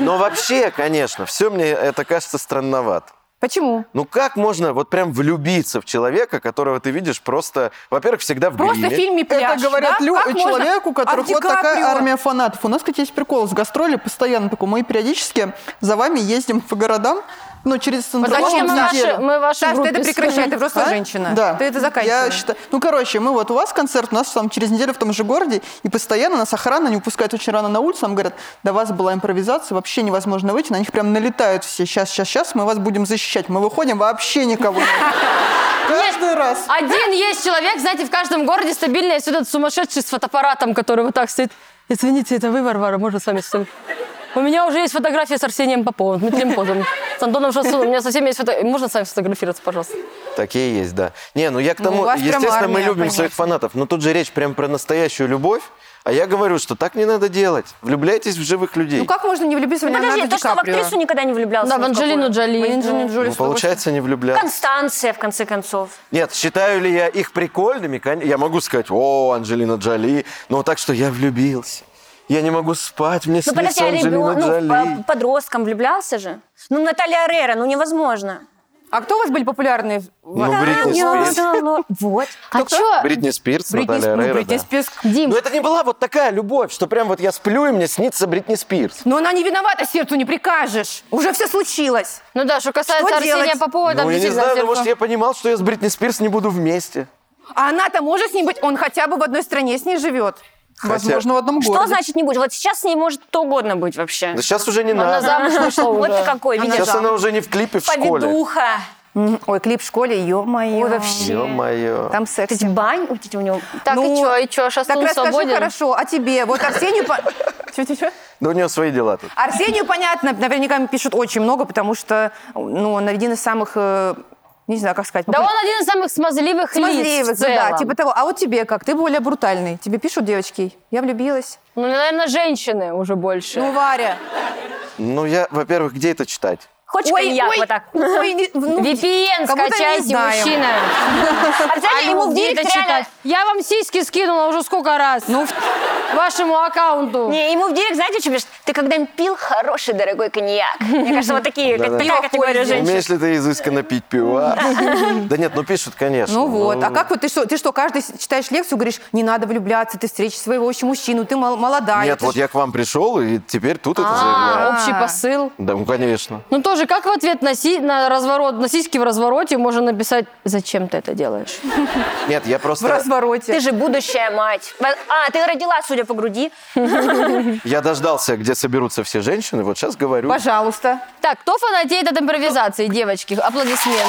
S5: Но вообще, конечно, все мне это кажется странновато.
S3: Почему?
S5: Ну как можно вот прям влюбиться в человека, которого ты видишь просто, во-первых, всегда в
S3: Просто в
S5: гриме.
S3: фильме пляж.
S4: Это говорят
S3: да?
S4: лю-
S3: Как можно?
S4: человеку, у
S3: А
S4: которых
S3: Ди
S4: вот такая
S3: Каприо?
S4: армия фанатов. У нас, кстати, есть прикол с гастроли постоянно такой. Мы периодически за вами ездим по городам, ну, через центральную
S3: А
S4: А?
S3: зачем
S1: мы
S3: наши-
S1: ваши- мы ваши
S3: Саш, ты
S1: группы
S3: это прекращай, ты взрослая женщина.
S4: Да.
S3: Ты это
S4: Я
S3: заканчивай.
S4: считаю... Ну, короче, мы вот у вас концерт, у нас там через неделю в том же городе, и постоянно нас охрана не упускает очень рано на улицу, нам говорят, до вас была импровизация, вообще невозможно выйти, на них прям налетают все, сейчас, сейчас, сейчас, мы вас будем защищать. Мы выходим, вообще никого нет. Каждый раз.
S1: Один есть человек, знаете, в каждом городе стабильно есть этот сумасшедший с фотоаппаратом, который вот так стоит. Извините, это вы, Варвара, можно с вами что У меня уже есть фотография с Арсением Поповым, Дмитрием Потом. С Антоном Шасуном. У меня совсем есть фото... Можно с вами сфотографироваться, пожалуйста?
S5: Такие есть, да. Не, ну я к
S3: Ну, у
S5: тому,
S3: вас прям
S5: естественно, мы
S3: армия,
S5: любим своих
S3: конечно.
S5: фанатов, но тут же речь прям про настоящую любовь, а я говорю, что так не надо делать. Влюбляйтесь в живых людей.
S3: Ну как можно не влюбиться в
S2: Подожди,
S3: Леонардо
S2: ты
S3: Ди
S2: что, в
S3: Каприо?
S2: актрису никогда не
S3: А
S2: влюблялся?
S1: Да,
S2: ни
S1: в
S2: какую?
S1: Анджелину Джоли.
S3: В Анджелину Джоли
S5: Ну,
S3: с тобой-
S5: получается, не влюбляться.
S2: Констанция, в конце концов.
S5: Нет, считаю ли я их прикольными? Кон- Я могу сказать, о, Анджелина Джоли, но так, что я влюбился. Я не могу спать, мне
S2: Ну, подожди,
S5: снится
S2: а
S5: Анджелина
S2: ребенок, ну,
S5: Джоли.
S2: по- подростком влюблялся же? Ну, Наталья Арера, ну, невозможно.
S3: А кто у вас были популярные?
S5: Ну, Бритни Спирс.
S2: Вот.
S1: А чё?
S5: Бритни Спирс,
S3: Бритни,
S5: Наталья
S3: ну,
S5: Орейро,
S3: Бритни
S5: да.
S3: Спирс.
S1: Дим,
S5: Но это не была вот такая любовь, что прям вот я сплю, и мне снится Бритни Спирс.
S3: Но она не виновата, сердцу не прикажешь. Уже все случилось.
S1: ну да, что касается
S3: Что
S1: Арсения
S3: делать?
S1: Попова, там
S5: ну, я не
S1: действительно
S5: знаю,
S1: сердце-
S5: ну, может, я понимал, что я с Бритни Спирс не буду вместе.
S3: А она-то может с ним быть? Он хотя бы в одной стране с ней живет.
S5: Хотя-
S4: Возможно, в одном
S2: Что
S4: городе.
S2: значит не будешь? Вот сейчас с ней может кто угодно быть вообще.
S5: Да сейчас уже не
S1: Она
S5: надо.
S1: замуж вышла
S2: Вот
S1: уже.
S2: ты какой, видишь?
S5: Сейчас она уже не в клипе в школе.
S2: Поведуха.
S3: М, Ой, клип в школе, ё-моё.
S2: Ой, вообще.
S5: Ё-моё.
S3: Там
S2: Вот
S3: секс.
S2: эти бань, вот эти у него.
S1: Так,
S3: Ну,
S1: и чё, и чё,
S3: Так
S1: Шастун
S3: расскажи
S1: свободен?
S3: хорошо о тебе. Вот Арсению... по- Чё, чё, чё?
S5: Да у нее свои дела тут.
S3: Арсению, понятно, наверняка пишут очень много, потому что, ну, он один из самых, э, не знаю, как сказать...
S1: Да он один из самых смазливых, лиц
S3: Смазливых,
S1: в
S3: ну да,
S1: целом.
S3: типа того. А вот тебе как? Ты более брутальный. Тебе пишут девочки, я влюбилась.
S1: Ну, наверное, женщины уже больше.
S3: Ну, Варя.
S5: Ну, я, во-первых, где это читать?
S2: Хочешь коньяк вот так?
S3: ой, не- ну,
S1: VPN
S3: как будто не
S1: скачайте,
S3: знаем.
S1: мужчина.
S2: А
S1: А
S2: знаешь, ему в директ реально...
S1: Я вам сиськи скинула уже сколько раз. Ну, вашему аккаунту.
S2: Не, ему в директ, знаете, что пишет? Ты когда-нибудь пил хороший дорогой коньяк? Мне кажется, вот такие, как
S5: Да-да.
S2: такая категория женщин.
S5: Умеешь ли ты изысканно пить пиво? Да нет, ну пишут, конечно.
S3: Ну вот,
S5: но-
S3: а как вот ты что, ты что, каждый с- читаешь лекцию, говоришь, не надо влюбляться, ты встретишь своего еще мужчину, ты мол- молодая.
S5: Нет,
S3: ты
S5: вот
S3: ж-
S5: я к вам пришел, и теперь тут это
S1: А,
S5: заявляю.
S1: общий посыл.
S5: Да, ну, конечно.
S1: Ну тоже, как в ответ на, си- на разворот, на сиськи в развороте можно написать, зачем ты это делаешь?
S5: Нет, я
S3: в
S5: просто...
S3: развороте.
S2: Ты же будущая мать. А, ты родила, судя по груди.
S5: Я дождался, где соберутся все женщины, вот сейчас говорю.
S3: Пожалуйста.
S1: Так, кто фанатеет от импровизации, девочки? Аплодисменты.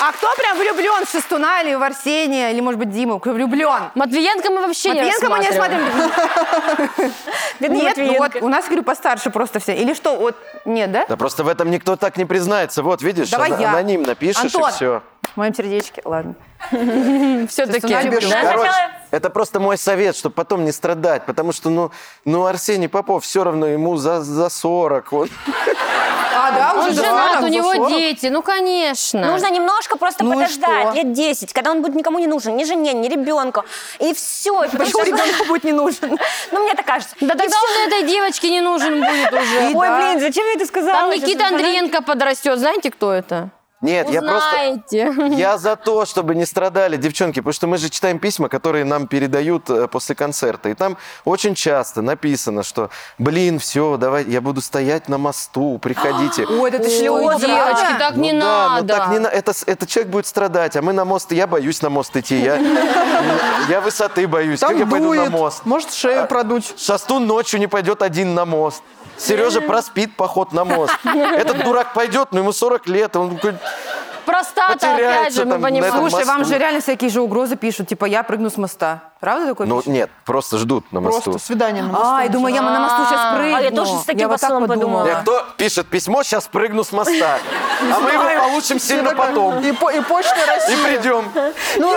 S3: А кто прям влюблен в Шестуна или в Арсения, или, может быть, Диму? Кто влюблен?
S1: Матвиенко мы вообще
S3: Матвиенко мы
S1: не
S3: не
S1: рассматриваем.
S3: смотрим.
S2: Бедный
S3: Нет, ну вот
S2: Матвиенко.
S3: у нас, говорю, постарше просто все. Или что, вот, нет, да?
S5: Да просто в этом никто так не признается. Вот, видишь,
S3: Давай
S5: ана-
S3: я.
S5: анонимно пишешь,
S3: Антон.
S5: и все.
S3: В моем сердечке, ладно.
S1: Все-таки.
S3: Шестуна люблю.
S2: Да,
S5: Короче,
S2: сначала-
S5: это просто мой совет, чтобы потом не страдать, потому что, ну, ну Арсений Попов все равно ему за, за 40. Он,
S3: А, да,
S1: Он
S3: уже
S1: женат,
S3: да,
S1: у него
S3: 40.
S1: дети. Ну, конечно.
S2: Нужно немножко просто
S3: Ну и что?
S2: подождать, лет 10, когда он будет никому не нужен, ни жене, ни ребенку. И все.
S3: Почему ребенку будет не нужен?
S2: Ну, мне так кажется.
S1: Да
S2: И
S1: тогда
S2: всё.
S1: он этой девочке не нужен будет уже.
S2: Ой,
S3: да.
S2: блин, зачем я это сказала?
S1: Там
S2: Сейчас
S1: Никита
S2: она-
S1: Андреенко подрастет. Знаете, кто это?
S5: нет, я просто...
S1: Узнаете.
S5: Я за то, чтобы не страдали девчонки, потому что мы же читаем письма, которые нам передают э, после концерта. И там очень часто написано, что, блин, все, давай, я буду стоять на мосту, приходите.
S3: Ой, это ты
S1: Ой,
S3: шлёзы,
S1: девочки,
S3: правда?
S1: так
S5: Ну
S1: не
S5: да, ну
S1: надо.
S5: так не на- это, с- это человек будет страдать, а мы на мост, я боюсь на мост идти, я, я высоты боюсь, как я
S4: Там
S5: пойду на
S4: дует,
S5: мост? А,
S4: может шею продуть.
S5: Шастун ночью не пойдет один на мост. Сережа проспит поход на мост. Этот дурак пойдет, но ему 40 лет, он такой,
S1: Простата, опять
S5: Потеряется
S1: же, мы
S5: там на
S1: понимаем.
S5: этом
S1: Слушай,
S3: Слушай, вам
S5: мосту.
S3: же реально всякие же угрозы пишут, типа, я прыгну с моста. Правда такое
S5: ну
S3: пишут?
S5: нет, просто ждут на мосту.
S4: Просто свидание на мосту.
S3: А, я думаю, я на мосту сейчас прыгну.
S2: А, я тоже с таким
S3: вот так
S2: посылом подумала.
S5: Э, Кто пишет письмо, сейчас прыгну с моста. А мы его получим сильно потом.
S4: И, по- и почта
S5: И
S4: России.
S5: придем.
S1: Ну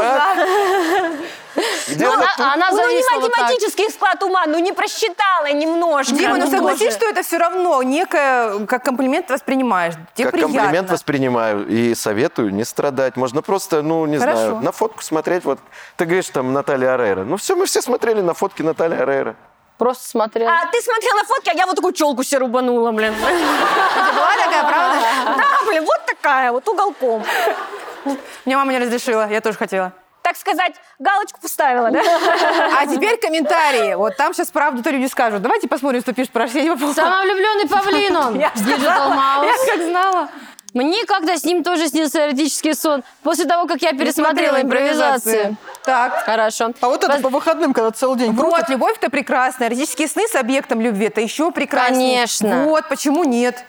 S5: Где
S1: она,
S5: же тут?
S1: она
S2: Ну, не
S1: зависла вот так.
S2: математический склад ума, ну не просчитала немножко.
S3: Дима, ну
S2: ну,
S3: согласись,
S2: боже.
S3: что это все равно некое, как комплимент воспринимаешь. Тебе
S5: Как
S3: приятно.
S5: комплимент воспринимаю и советую не страдать. Можно просто, ну, не
S3: Хорошо.
S5: знаю, на фотку смотреть. Вот ты говоришь, там, Наталья Арейра. Ну, все, мы все смотрели на фотки Натальи Арейра.
S1: Просто смотрела.
S2: А ты смотрела фотки, а я вот такую челку себе рубанула, блин.
S3: Это была такая, правда?
S2: Да, блин, вот такая, вот уголком.
S3: Мне мама не разрешила, я тоже хотела.
S2: Так сказать, галочку поставила, да?
S3: А теперь комментарии. Вот там сейчас правду-то люди скажут. Давайте посмотрим, что пишет про Арсения Попова.
S1: Самовлюбленный павлин он. Digital Mouse.
S3: как знала.
S1: Мне как-то с ним тоже снился эротический сон. После того, как я пересмотрела импровизации.
S3: Так.
S1: Хорошо.
S4: А вот это
S1: Воз-
S4: по выходным, когда целый день
S3: Вот, любовь-то прекрасная. Эротические сны с объектом любви, это еще прекраснее.
S1: Конечно.
S3: Вот, почему нет?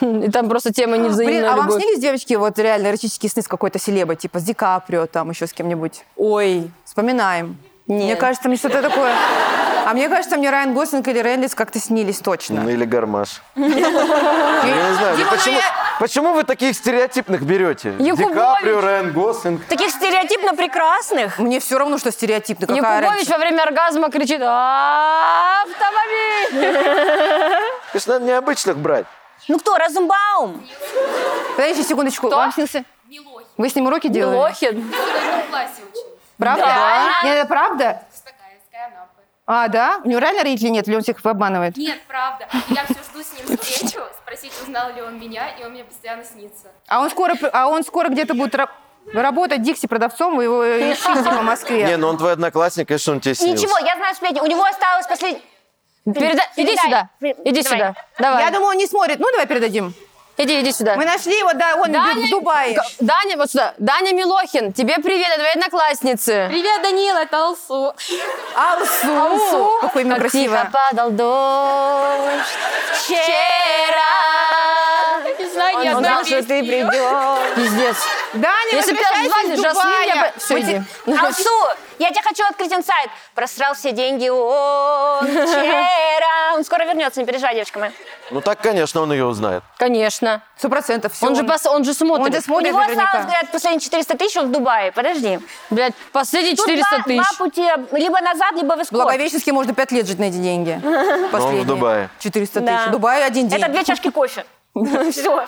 S1: И там просто тема
S3: Блин,
S1: невзаимная
S3: а вам
S1: любовь.
S3: снились, девочки, вот реально эротические сны с какой-то селебой, типа с Ди Каприо, там еще с кем-нибудь? Ой, вспоминаем. Мне кажется, мне что-то такое... А мне кажется, мне Райан Гослинг или Рейнольдс как-то снились точно.
S5: Ну или гармаш. Я не знаю, ну
S3: Дима, ну
S5: почему,
S3: я-
S5: почему вы таких стереотипных берете?
S2: Якубович.
S5: Ди Каприо, Райан Гослинг.
S2: Таких стереотипно прекрасных.
S3: Мне все равно, что стереотипно. Какая
S1: Якубович
S3: разница?
S1: во время оргазма кричит «Автомобиль!»
S5: Конечно, надо необычных брать.
S2: Ну кто, Разумбаум?
S3: Подожди секундочку. Вам снился? Вы с ним уроки делали?
S1: Милохин.
S6: одном классе училась.
S3: Правда?
S1: Да.
S3: Нет, это правда?
S6: Стакаевская Анапы.
S3: А, да? У него реально родители нет, или он всех обманывает?
S6: Нет, правда. Я все жду с ним встречу, спросить, узнал ли он меня, и он мне постоянно снится.
S3: А он скоро, а он скоро где-то будет раб- работать Дикси продавцом, вы его ищите по Москве.
S5: Не, ну он твой одноклассник, конечно, он тебе снился.
S2: Ничего, я знаю сплетни. У него осталось последний...
S1: Переда- Иди
S2: Передай.
S1: сюда.
S2: Пер-
S1: Иди
S2: давай.
S1: сюда. Давай.
S3: Я думаю, он не смотрит. Ну, давай передадим.
S1: Иди, иди сюда.
S3: Мы нашли его, да, он в Дубае.
S1: Г- Даня, вот сюда. Даня Милохин, тебе привет, это твои одноклассницы.
S6: Привет, Данила, это Алсу.
S3: Алсу. Какое имя
S1: Как тихо
S3: красивое.
S1: падал дождь вчера.
S6: Не знаю,
S1: Он
S6: я
S1: знал,
S6: знаю
S1: что
S6: песню.
S1: ты придешь. Пиздец.
S3: Даня,
S1: Если бы тебя
S3: возвращайся
S1: звали
S3: из
S1: Жасмин, я
S3: Дубая.
S1: бы... Все,
S3: Мы
S1: иди.
S3: те-
S2: Алсу, я тебе хочу открыть инсайт. Просрал все деньги он вчера. Он скоро вернется, не переживай, девочка моя.
S5: Ну так, конечно, он ее узнает.
S1: Конечно.
S3: Сто процентов. всё.
S1: Он же, пос- он же
S3: он же
S1: смотрит.
S2: У
S3: смотрит
S2: него осталось,
S3: наверняка.
S2: говорят, последние 400 тысяч, он в Дубае. Подожди.
S1: Блядь, последние
S2: Тут
S1: 400
S2: два-
S1: тысяч.
S2: Два пути, либо назад, либо в эскорт.
S3: Благовещенский можно пять лет жить на эти деньги. Последние.
S5: Дубае.
S3: 400
S2: Да.
S3: тысяч. Дубай один день.
S2: Это две чашки кофе. Все.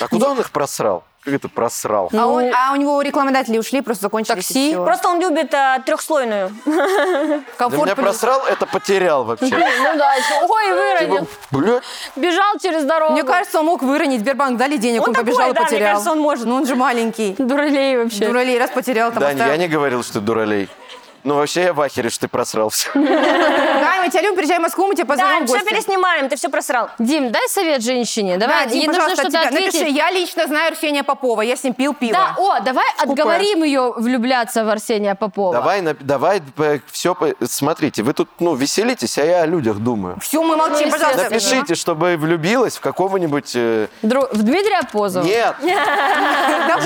S5: А куда он их просрал? Как это просрал?
S3: А, он- а у него рекламодатели ушли, просто закончились.
S1: ну. Такси?
S3: и всё.
S2: Просто он любит э, трехслойную.
S5: Для меня
S3: комфорт плюс.
S5: просрал, это потерял вообще.
S1: Ну да, еще- ой,
S5: Типа,
S1: выронил.
S5: блядь,
S1: Бежал через дорогу.
S3: Мне кажется, он мог выронить. Сбербанк дали денег, он,
S2: Он
S3: побежал
S2: такой,
S3: и
S2: да, мне
S3: потерял.
S2: кажется, он может.
S3: Ну он же маленький.
S1: Дуралей вообще.
S3: Дуралей, раз потерял, там
S5: Дань,
S3: оставил.
S5: я не говорил, что ты дуралей. Ну вообще я в ахере, что ты просрал все.
S3: Дань, мы тебя любим, приезжай в Москву, мы тебе
S2: Да,
S3: позвоним в
S2: все
S3: гости.
S2: переснимаем, ты все просрал.
S1: Дим, дай совет женщине. Давай,
S3: Да, Дим,
S1: ей нужно
S3: пожалуйста, от
S1: что-то
S3: тебя.
S1: ответить.
S3: Напиши, я лично знаю Арсения Попова, я с ним пил пиво.
S1: Да, о, давай отговорим ее влюбляться в Арсения Попова.
S5: Давай, на- давай, все, смотрите, вы тут, ну, веселитесь, а я о людях думаю.
S3: Все, мы молчим,
S1: Ну,
S3: пожалуйста.
S5: Напишите, чтобы влюбилась в какого-нибудь... э,
S1: Дру- В Дмитрия Позова.
S5: Нет!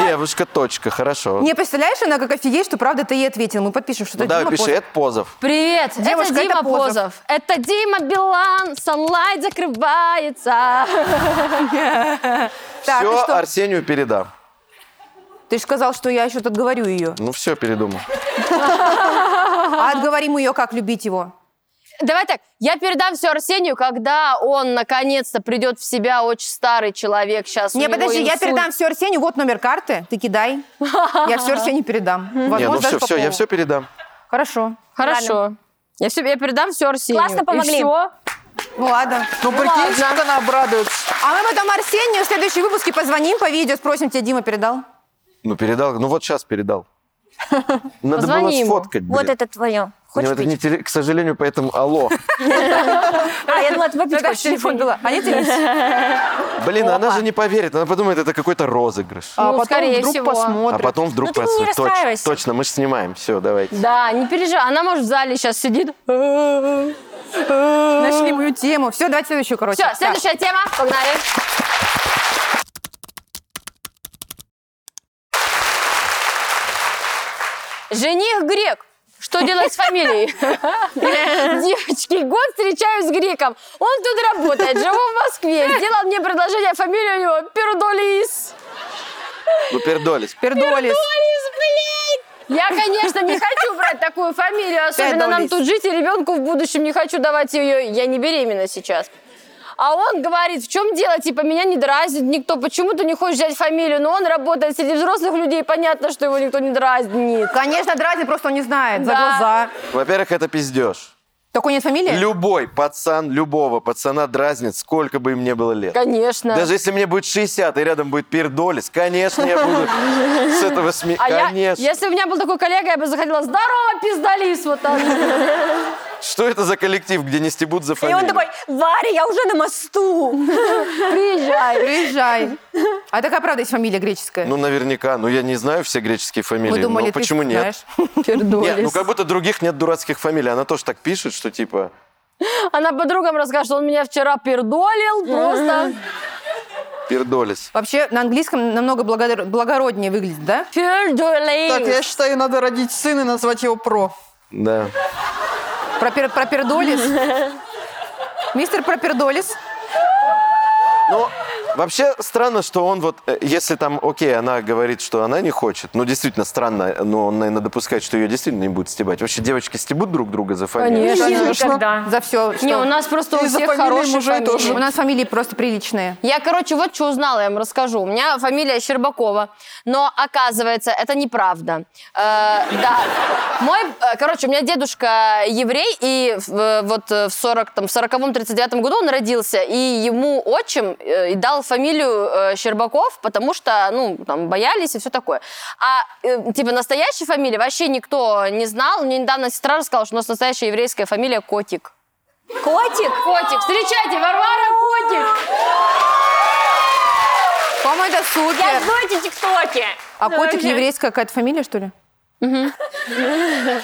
S5: Девушка, точка, хорошо.
S3: Не, представляешь, она как офигеть, что правда ты ей ответил. Мы подпишем, что
S5: типа. Ну
S3: это Дима
S5: давай, пиши,
S3: Позов.
S5: это Позов.
S1: Привет,
S3: Девушка,
S1: это
S3: это
S1: Дима
S3: Позов.
S1: Позов. Это Дима Билан, Санлайт закрывается.
S3: Так, ты
S5: все
S3: что?
S5: Арсению передам.
S3: Ты же сказал, что я еще тут отговорю ее.
S5: Ну все, передумал.
S3: А отговорим ее, как любить его.
S1: Давай так, я передам все Арсению, когда он наконец-то придет в себя, очень старый человек сейчас.
S3: Не, подожди, я передам все Арсению, вот номер карты, ты кидай. Я все Арсению передам.
S5: Не, ну
S3: Возможно,
S5: все,
S3: даже
S5: все, я
S3: Попову.
S5: все передам.
S3: Хорошо.
S1: Хорошо. Я, все, я передам все Арсению.
S2: Классно
S1: И
S2: помогли.
S1: всё.
S3: Ну ладно.
S4: Ну, прикинь, как она обрадуется.
S3: А мы потом Арсению в следующем выпуске позвоним по видео, спросим, тебе Дима передал.
S5: Ну передал, ну вот сейчас передал. Надо было
S1: Позвони ему.
S5: сфоткать,
S2: Вот
S5: блин.
S2: это твое.
S5: Мне
S2: Хочешь
S5: вот не
S2: пить?
S5: теле- К сожалению, поэтому алло.
S2: А, я думала, ты попить хочешь.
S3: телефон было. А я тебе
S5: Блин, она же не поверит, она подумает, это какой-то розыгрыш.
S3: А
S1: Ну, скорее всего.
S5: А
S2: А
S5: потом
S2: Ну
S5: вдруг
S2: ты не
S5: просвет. Точ-
S2: расстраивайся.
S5: Точно, мы же снимаем, все, давайте.
S1: Да, не переживай, она, может, в зале сейчас сидит.
S3: Нашли мою тему. Все, давайте следующую, короче.
S1: Все,
S3: Так.
S1: следующая тема, погнали. Жених грек. Что делать с фамилией? Девочки, год встречаюсь с греком. Он тут работает, живу в Москве. Сделал мне предложение, фамилия у него Пердолис.
S5: Ну пердолись.
S3: Пердолис.
S1: Я, конечно, не хочу брать такую фамилию, особенно нам
S3: Пердолис.
S1: тут жить, и ребенку в будущем не хочу давать ее. Я не беременна сейчас. А он говорит, в чем дело, типа, меня не дразнит никто, почему ты не хочешь взять фамилию? Но он работает среди взрослых людей, понятно, что его никто не дразнит.
S3: Конечно, дразнит, просто он не знает. За
S1: Да.
S3: глаза.
S5: Во-первых, это пиздеж.
S3: Такой нет фамилии?
S5: Любой пацан, любого пацана дразнит, сколько бы им не было лет.
S1: Конечно.
S5: Даже если мне будет 60, и рядом будет пирдолис, конечно, я буду с этого сме...
S1: а я,
S5: Конечно.
S1: если у меня был такой коллега, я бы заходила, здорово, пиздолис, вот так.
S5: Что это за коллектив, где не стебут за
S2: И
S5: фамилию?
S2: он такой, Варя, я уже на мосту.
S1: Приезжай.
S3: Приезжай. А такая правда есть фамилия греческая?
S5: Ну, наверняка. Ну, я не знаю все греческие фамилии. но почему нет?
S3: знаешь.
S5: Нет, ну
S1: Пердолис.
S5: как будто других нет дурацких фамилий. Она тоже так пишет, что типа...
S1: Она подругам расскажет, что он меня вчера пердолил, просто
S5: Пердолис.
S3: Вообще на английском намного благодор- благороднее выглядит, да?
S1: пердолис.
S4: Так, я считаю, надо родить сына и назвать его Про.
S5: Да.
S3: Пропер- Пропердолис. Мистер Пропердолис.
S5: Ну, вообще странно, что он вот, э, если там, окей, она говорит, что она не хочет, ну, действительно странно, но он, наверное, допускает, что ее действительно не будут стебать. Вообще девочки стебут друг друга за фамилию.
S1: Конечно.
S2: Никогда.
S3: За все.
S1: Не, у нас просто у
S4: И за
S1: всех
S4: фамилии
S1: хорошие
S4: мужей
S1: фамилии.
S4: тоже.
S3: У нас фамилии просто приличные.
S1: Я, короче, вот что узнала, я вам расскажу. У меня фамилия Щербакова, но оказывается, это неправда. Э, да. Мой, э, короче, у меня дедушка еврей, и в- э, вот э, в 40, там, в 40 39 году он родился, и ему отчим э, и дал фамилию э, Щербаков, потому что, ну, там, боялись и все такое. А, э, типа, настоящей фамилии вообще никто не знал. Мне недавно сестра рассказала, что у нас настоящая еврейская фамилия Котик. Котик? Котик. Встречайте, Варвара Котик!
S3: По-моему, это
S2: Я
S3: супер.
S2: жду эти тиктоки.
S3: А
S2: Ну,
S3: котик
S2: вообще.
S3: еврейская какая-то фамилия, что ли?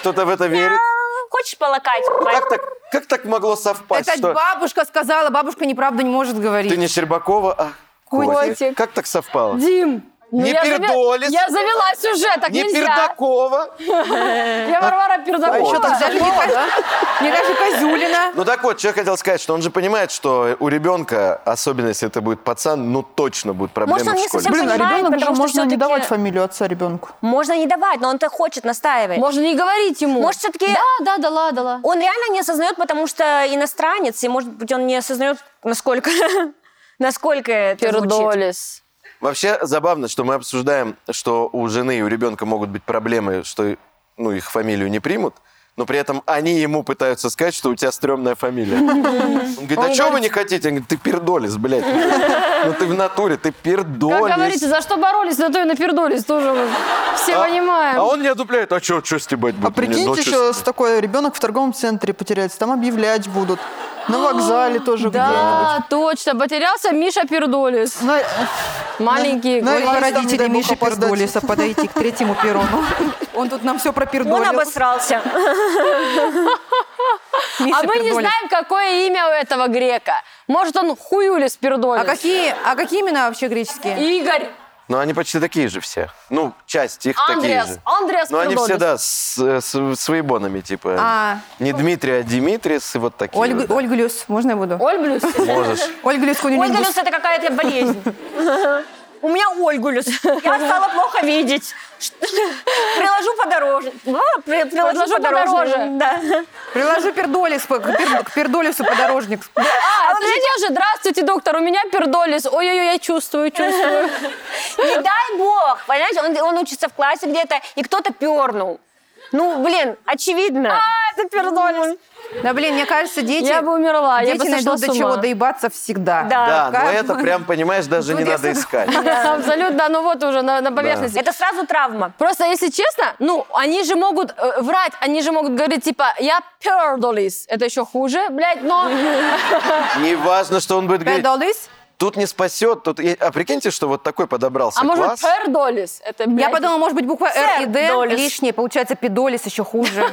S5: Кто-то в это верит.
S2: Э,
S5: Ну,
S2: Хочешь полакать?
S5: Как так, как так могло совпасть,
S3: это
S5: что
S3: бабушка сказала, бабушка неправду не может говорить.
S5: ты не Щербакова, а Котик? Как так совпало?
S1: Дим! ну
S5: Не
S1: я заве-
S5: пердолис.
S1: Я завела сюжет, так
S5: Не
S1: нельзя.
S5: Пердакова.
S1: Я Варвара Пердакова.
S3: Так даже не Коз- не даже Козюлина.
S5: Ну так вот, что я хотел сказать, что он же понимает, что у ребенка, особенно если это будет пацан, ну точно будут проблемы
S2: Может, он
S5: в
S2: не
S5: школе.
S2: совсем
S4: Блин, а
S2: понимаю,
S4: ребенок же
S2: потому что
S4: можно не
S2: всё-таки-
S4: давать фамилию отца ребенку.
S2: Можно не давать, но он-то хочет, настаивает.
S1: Можно не говорить ему.
S2: Может, всё-таки-
S1: Да, да, дала, дала.
S2: Он реально не осознает, потому что иностранец, и, может быть, он не осознает, насколько, насколько это звучит.
S1: Пердолис.
S5: Вообще забавно, что мы обсуждаем, что у жены и у ребенка могут быть проблемы, что ну, их фамилию не примут, но при этом они ему пытаются сказать, что у тебя стрёмная фамилия. Он говорит, а чего вы не хотите? Он говорит, ты пердолис, блядь. Ну ты в натуре, ты
S1: Как говорится,
S5: пердолис.
S1: за что боролись, на то и напердолись тоже. вот. Все
S5: А
S1: понимаем.
S5: он не одупляет, а что, что стебать
S4: А
S5: будет?
S4: прикиньте, что с такой ребенок в торговом центре потеряется, там объявлять будут. На вокзале тоже где-нибудь.
S1: Да, точно. Потерялся Миша Пердолис.
S4: На-
S5: Ну,
S1: Маленький.
S4: на-
S1: Ой,
S4: Ой,
S3: Только
S4: там, не
S3: родители
S4: дай бог,
S3: Миши
S4: опоздать.
S3: Пердолиса подойти к третьему перрону. Он тут нам все
S1: Ну,
S2: Он
S3: пропердолил.
S2: обосрался.
S1: А мы не знаем, какое имя у этого грека. Может, он Хуюлис
S3: А
S1: Пердолис.
S3: какие, а какие имена вообще греческие?
S1: Игорь.
S5: Ну они почти такие же все. Ну, часть их такие
S1: Андреас.
S5: же.
S1: Андреас
S5: Ну, они все,
S1: Пердолис.
S5: да, с, э, с, с выебонами, типа.
S3: А.
S5: Не Дмитрий, а Димитрис, и вот такие.
S3: Ольгу-
S5: вот,
S3: Ольгулюс, можно я буду?
S1: Ольблюс.
S5: да. Можешь.
S3: Ольгулюс
S2: Ольгулюс
S3: Кунилингус.
S2: это какая-то болезнь. У меня Ольгулюс. Я стала плохо видеть. Ш- Приложу подороже. Ну, при- Приложу
S1: Подложу
S2: подороже.
S1: подороже.
S2: Да.
S3: Приложи пердолис по- к пер- к пердолису подорожник.
S1: А, это же я же, здравствуйте, доктор, у меня пердолис. Ой-ой-ой, я чувствую, чувствую.
S2: Не дай бог. Понимаете, он, он учится в классе где-то, и кто-то пернул. Ну, блин, очевидно. А, ты пернулись.
S3: Да блин, мне кажется, дети...
S1: Я бы умерла, я бы
S3: Дети
S1: сошла
S3: найдут
S1: с
S3: до чего
S1: ума.
S3: доебаться всегда.
S5: Да,
S2: Да.
S5: но
S3: Как
S5: это
S3: бы.
S5: прям, понимаешь, даже не
S3: Тут я
S5: надо
S3: сог-
S5: искать.
S1: Абсолютно, ну вот уже на, на поверхности.
S2: Это сразу травма.
S1: Просто, если честно, ну, они же могут э, врать, они же могут говорить, типа, я пердолис. Это еще хуже, блядь, но... а
S5: Не важно, что он будет говорить.
S3: Пердолис?
S5: Тут не спасет. Тут... и- А прикиньте, что вот такой подобрался
S1: А может,
S5: класс.
S1: пердолис? Это,
S3: Я
S1: блядь,
S3: подумала, может быть, буква Р и Д
S2: Пердолис.
S3: лишнее. Получается, пидолис еще хуже.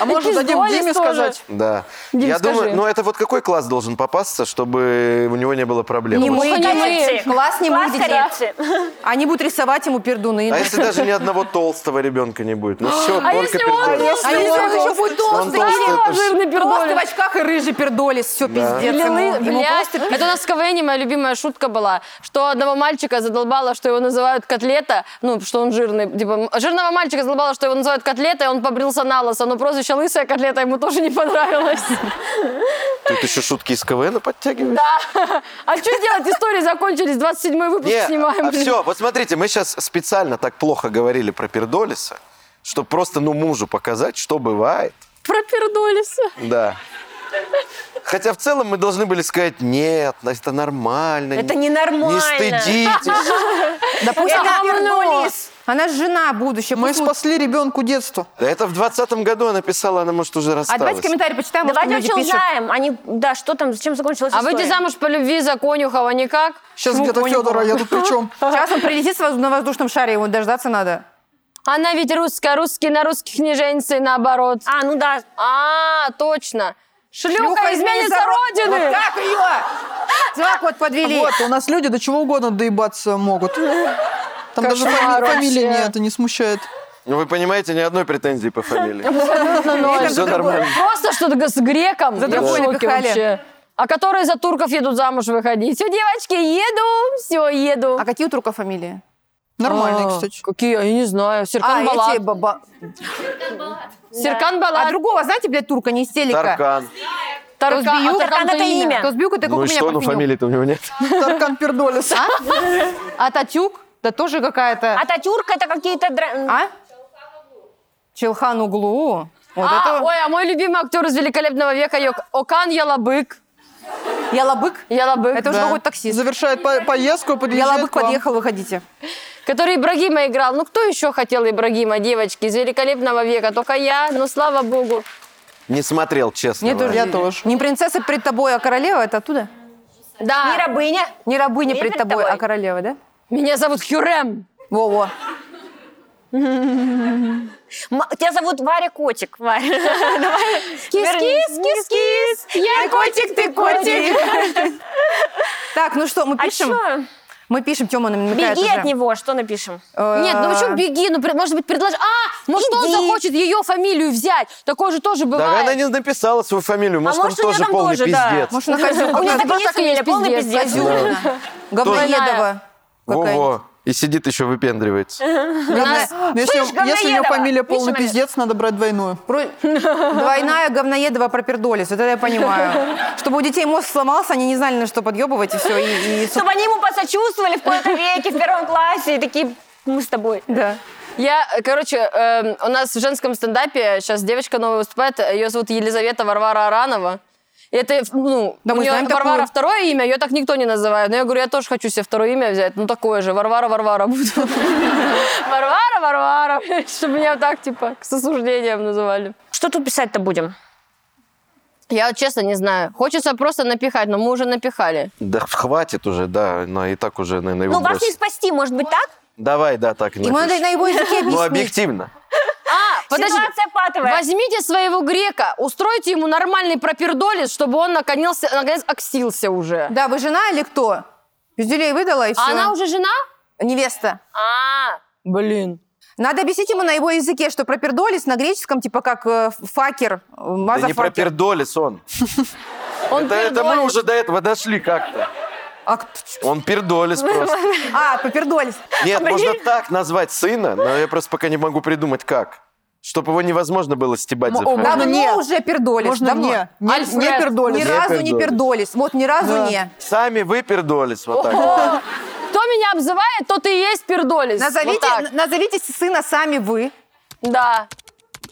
S4: А может, дадим
S1: пиздолис
S4: Диме
S1: тоже.
S4: сказать?
S5: Да.
S1: Дим,
S5: Я
S1: скажи.
S5: думаю, ну это вот какой класс должен попасться, чтобы у него не было проблем.
S3: Не
S5: Вот.
S3: мы,
S1: они
S3: коррекции.
S1: мы.
S3: Класс не
S2: Класс
S3: мы, детей.
S2: коррекции.
S3: Они будут рисовать ему пердуны.
S5: А если даже ни одного толстого ребенка не будет? Ну все,
S1: А
S5: только
S1: если он
S5: пердоль.
S1: толстый?
S3: А если он еще будет
S5: Он
S3: толстый?
S5: толстый, это ж-
S1: жирный
S3: Толстый в
S1: пердолис.
S3: очках и рыжий пердолис. Все, пиздец.
S1: Или
S3: ему.
S1: лы-
S3: Ему
S1: блядь.
S3: просто пи-
S1: Это у нас в КВН моя любимая шутка была, что одного мальчика задолбало, что его называют котлета, ну, что он жирный. Типа, м- жирного мальчика задолбало, что его называют котлета, и он побрился на лысо, но прозвище лысая котлета ему тоже не понравилось.
S5: Тут еще шутки из КВН подтягиваешь?
S1: Да. А что делать? Истории закончились, 27 выпуск снимаем.
S5: а
S1: блин.
S5: все, вот смотрите, мы сейчас специально так плохо говорили про Пердолиса, чтобы просто, ну, мужу показать, что бывает.
S1: Пропердолись.
S5: Да. Хотя в целом мы должны были сказать, нет, это нормально.
S2: Это
S5: не-
S2: ненормально».
S5: Не стыдитесь.
S3: Да пусть
S2: Это
S3: она
S2: говно.
S3: пердолис. Она ж жена будущая.
S4: Мы
S3: пусть ему-
S4: спасли ребенку детство.
S5: Да это в 20 году она писала, она, может, уже
S3: А
S5: рассталась.
S3: давайте комментарий почитаем. может,
S2: Давайте
S3: там люди
S2: вообще
S3: пишут.
S2: узнаем. Они, да, что там, зачем закончилась
S1: А
S2: история.
S1: выйти замуж по любви за Конюхова никак?
S4: Сейчас
S1: Почему
S4: где-то
S1: Конюхова?
S4: Федора, я тут при чем?
S3: Сейчас он прилетит с воз- на воздушном шаре, ему дождаться надо.
S1: Она ведь русская, русские на русских не женятся и наоборот.
S2: А, ну да.
S1: А, точно. Шлюха,
S3: Шлюха,
S1: изменится
S3: изменница
S1: родины!
S3: Вот так ее! Так вот подвели.
S4: А Вот, у нас люди до чего угодно доебаться могут. Там даже фами-
S1: Кошмар
S4: фамилии
S1: вообще.
S4: нет, это не смущает.
S5: Ну, Вы понимаете, ни одной претензии по фамилии.
S3: Это
S5: Все
S3: другое.
S5: нормально.
S1: Просто что-то с греком.
S3: За
S1: Я в
S3: другой
S1: шоке
S3: напихали.
S1: вообще. А которые за турков едут замуж выходить. Все, девочки, еду, все, еду.
S3: А какие у турка фамилии?
S4: Нормальные,
S1: А,
S4: кстати.
S1: Какие? Я не знаю.
S3: А,
S1: Серкан
S3: эти...
S1: Балат.
S3: баба-
S1: Серкан
S3: А
S1: Балат.
S3: другого, знаете, блядь, турка, не истелика.
S5: Таркан.
S1: Таркан-
S2: Разбью,
S1: а Таркан-то
S2: Таркан-то имя.
S3: Козбюк, это как
S5: Ну
S3: у
S5: и
S3: меня
S5: что,
S3: по
S5: ну
S3: финю.
S5: фамилии-то у него нет.
S4: Таркан Пердолес.
S3: А Татюк? Да тоже какая-то...
S2: Ататюрк А это какие-то... дра-
S3: А? Челхан Углу. Вот
S1: А,
S3: это...
S1: Ой, а мой любимый актер из «Великолепного века» Йок- Окан Ялабык.
S3: Ялабык?
S1: Ялабык,
S3: Это уже
S1: да.
S3: какой-то таксист.
S4: Завершает по- поездку, подъезжает
S3: Ялабык
S4: к вам.
S3: подъехал, выходите.
S1: Который Ибрагима играл. Ну, кто еще хотел Ибрагима, девочки, из «Великолепного века»? Только я, ну, слава богу.
S5: Не смотрел, честно.
S3: Мне
S5: говоря.
S3: тоже.
S4: Я тоже.
S3: Не принцесса пред тобой, а королева, это оттуда?
S1: Да,
S2: Не рабыня.
S3: Не рабыня
S2: Не
S3: пред
S2: пред
S3: тобой, а
S2: тобой.
S3: королева, да?
S1: меня зовут Хюрем.
S3: Во-во.
S2: М- Тебя зовут Варя Котик, Варя. Давай. Вернись.
S1: кис-кис. Я котик, ты
S3: Так, ну что, мы
S2: А
S3: пишем?
S2: чё?
S3: Мы пишем, Тёма нам намекает
S2: Беги
S3: уже.
S2: от него, что напишем?
S3: Э,
S1: Нет, ну почему беги? Ну, при- может быть, предложи. А, может, он
S2: Иди.
S1: захочет ее фамилию взять. Такое же тоже
S5: Да она
S1: бывает.
S5: не написала свою фамилию. Может,
S2: может, у
S5: там
S2: неё
S5: тоже
S2: там
S5: полный
S2: тоже, да.
S5: пиздец.
S3: Может, она Козю-
S2: А у меня
S1: просто
S2: так и есть
S1: так и есть
S2: фамилия, полный
S1: пиздец.
S2: пиздец.
S3: Козюшина. Гавриедова.
S5: Во-во. И сидит еще выпендривается.
S4: Но Если,
S2: Слышь,
S4: если у нее
S2: говноедова!
S4: фамилия
S2: Видишь,
S4: полный
S2: она-
S4: пиздец, надо брать двойную.
S3: Двойная говноедова пропердолис. Вот это я понимаю. Чтобы у детей мозг сломался, они не знали, на что подъебывать, и все. И, и с-
S2: Чтобы они ему посочувствовали в какой-то веке, в первом классе. И такие, мы с тобой.
S3: Да.
S1: Я, э, короче, эм, у нас в женском стендапе сейчас девочка новая выступает. Ее зовут Елизавета Варвара Аранова. И это, э, ну,
S3: Да
S1: у
S3: мы
S1: нее
S3: знаем
S1: Варвара
S3: такую.
S1: второе имя, ее так никто не называет. Но я говорю, я тоже хочу себе второе имя взять. Ну, такое же. Варвара Варвара буду. Варвара Варвара. Чтобы меня так, типа, с осуждением называли.
S2: Что тут писать-то будем?
S1: Я вот честно не знаю. Хочется просто напихать, но мы уже напихали.
S5: Да хватит уже, да. Но и так уже, наверное, его
S2: Ну, вас не
S5: бросили.
S2: спасти, может быть, так?
S5: Давай, да, так и
S3: Ему надо
S5: напишешь.
S3: на его языке
S5: Ну,
S3: объяснить.
S5: объективно.
S1: А, подожди.
S2: Ситуация патовая.
S1: Возьмите своего грека, устройте ему нормальный пропердолис, чтобы он наконец, наконец оксился уже.
S3: Да, вы жена или кто? Пизделей выдала, и все.
S1: А она уже жена?
S3: Невеста.
S1: А, блин.
S3: Надо объяснить ему на его языке, что пропердолис на греческом, типа как э, факер, э,
S5: Да не
S3: мазафакер.
S5: пропердолис он.
S1: Он
S5: Да это мы
S1: пердолит.
S5: уже до этого дошли как-то.
S3: А, кто-
S5: Он пердолис просто.
S3: а, пропердолис.
S5: Нет, можно так назвать сына, но я просто пока не могу придумать как. Чтобы его невозможно было стебать за
S4: О,
S5: фамилию.
S4: Можно
S3: давно
S4: не.
S3: уже пердолис.
S4: Можно
S3: давно.
S4: не. Не,
S1: Альфред.
S4: не
S3: Ни
S4: Пердолес.
S5: Не
S3: разу не
S5: пердолис.
S3: пердолис. Вот ни разу
S4: Да.
S3: не.
S5: Сами вы пердолис вот так.
S1: Кто меня обзывает, тот и есть пердолис.
S3: Назовите,
S1: Вот так.
S3: н- назовите сына сами вы.
S1: Да.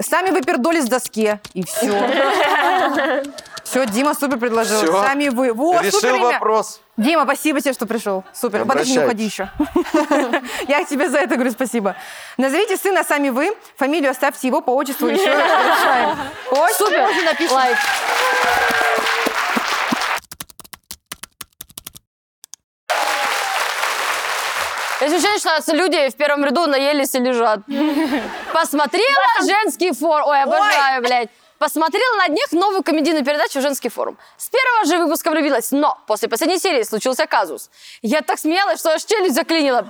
S3: Сами вы пердолис в доске. И все. Все, Дима супер предложил.
S5: Всё.
S3: Сами вы. Во, супер
S5: Решил
S3: имя.
S5: вопрос.
S3: Дима, спасибо тебе, что пришел. Супер. Подожди, не уходи еще. Я тебе за это говорю спасибо. Назовите сына сами вы, фамилию оставьте его по отчеству еще. решаем. Ой,
S1: Супер. Лайк. Если ощущение, что у нас люди в первом ряду наелись и лежат. Посмотрела женский форум. Ой, обожаю, блядь. Посмотрела на днях новую комедийную передачу «Женский форум». С первого же выпуска влюбилась, но после последней серии случился казус. Я так смеялась, что аж челюсть заклинила.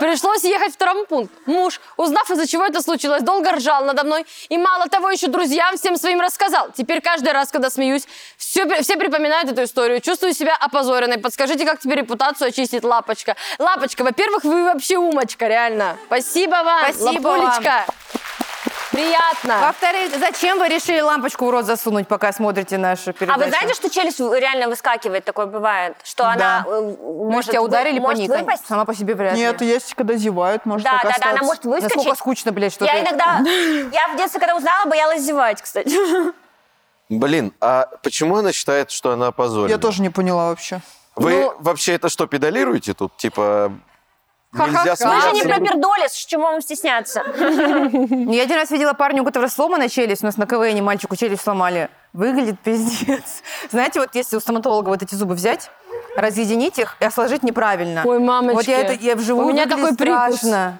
S1: Пришлось ехать в травмпункт. Муж, узнав, из-за чего это случилось, долго ржал надо мной. И мало того, еще друзьям всем своим рассказал. Теперь каждый раз, когда смеюсь, все, при- все припоминают эту историю. Чувствую себя опозоренной. Подскажите, как тебе репутацию очистить, Лапочка? Лапочка, во-первых, вы вообще умочка, реально. Спасибо вам,
S3: Спасибо
S1: Лапулечка. Приятно.
S3: Во-вторых, зачем вы решили лампочку в рот засунуть, пока смотрите нашу
S2: А
S3: передачу?
S2: вы знаете, что челюсть реально выскакивает, такое бывает? Что она э,
S3: Может,
S2: может
S3: тебя ударили
S2: вы-
S3: по
S2: может
S3: ней?
S2: выпасть?
S3: Сама по себе вряд ли.
S4: Нет, есть, когда зевают, может
S2: Да,
S4: так
S2: да, да, она
S4: остаться.
S2: может
S3: Насколько
S2: выскочить.
S3: скучно, блядь, что
S2: Я
S3: ты...
S2: иногда, я в детстве, когда узнала, боялась зевать, кстати.
S5: Блин, а почему она считает, что она опозорена?
S4: Я тоже не поняла вообще.
S5: Вы
S1: Ну-
S5: вообще это что, педалируете тут? Типа,
S1: Ха-ха-ха.
S5: нельзя
S2: Мы же не
S5: смеяться?
S2: про пердолис, чему вам стесняться?
S3: Ну, Я один раз видела парня, у которого сломана челюсть. У нас на КВН мальчику челюсть сломали. Выглядит пиздец. Знаете, вот если у стоматолога вот эти зубы взять, разъединить их и сложить неправильно.
S1: Ой, мамочки.
S3: Вот я это я вживую
S1: У меня такой
S3: выглядит
S1: прикус.
S3: страшно.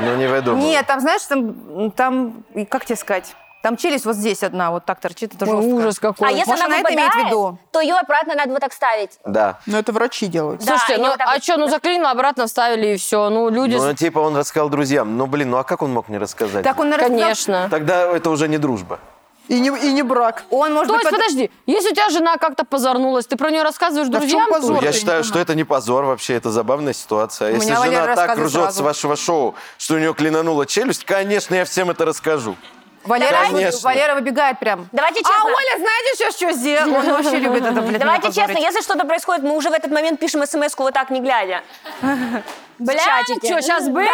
S5: Ну, не выдумывай.
S3: Нет, там, знаешь, там, там, и как тебе сказать? Там челюсть вот здесь одна вот так торчит, это жестко.
S1: ужас какой.
S2: А если
S3: Может,
S2: она
S3: она это имеет в
S2: выпадает,
S3: виду?
S2: то ее обратно надо вот так ставить.
S5: Да.
S4: Но это врачи делают.
S2: Да,
S1: Слушайте,
S2: они
S1: ну
S2: вот так
S1: а
S2: вот-
S1: что, ну заклинило, обратно вставили и все. Ну люди...
S5: Ну, типа он рассказал друзьям. Ну, блин, ну а как он мог мне рассказать?
S3: Так он, наверное,
S1: Конечно.
S5: Тогда это уже не дружба.
S4: И не, и не брак.
S3: Он, может
S1: То
S3: быть,
S1: есть,
S3: под-
S1: подожди, если у тебя жена как-то позорнулась, ты про нее рассказываешь
S4: Да в чем
S1: друзьям? тоже?
S4: позор?
S5: Ну, Я
S4: я не
S5: считаю,
S4: понимаю.
S5: что это не позор вообще, это забавная ситуация. А Если
S3: меня Валера
S5: жена так
S3: рассказывает
S5: ржет с
S3: сразу.
S5: вашего шоу, что у нее клинанула челюсть, конечно, я всем это расскажу.
S3: Валера,
S5: Конечно.
S3: Валера выбегает прям.
S2: Давайте честно.
S3: А Оля, знаете, сейчас что сделал? Он вообще любит это, блядь, меня
S2: Давайте честно,
S3: позорить.
S2: если что-то происходит, мы уже в этот момент пишем смс-ку вот так, не глядя.
S1: Бля,
S2: чатике.
S1: что, сейчас было?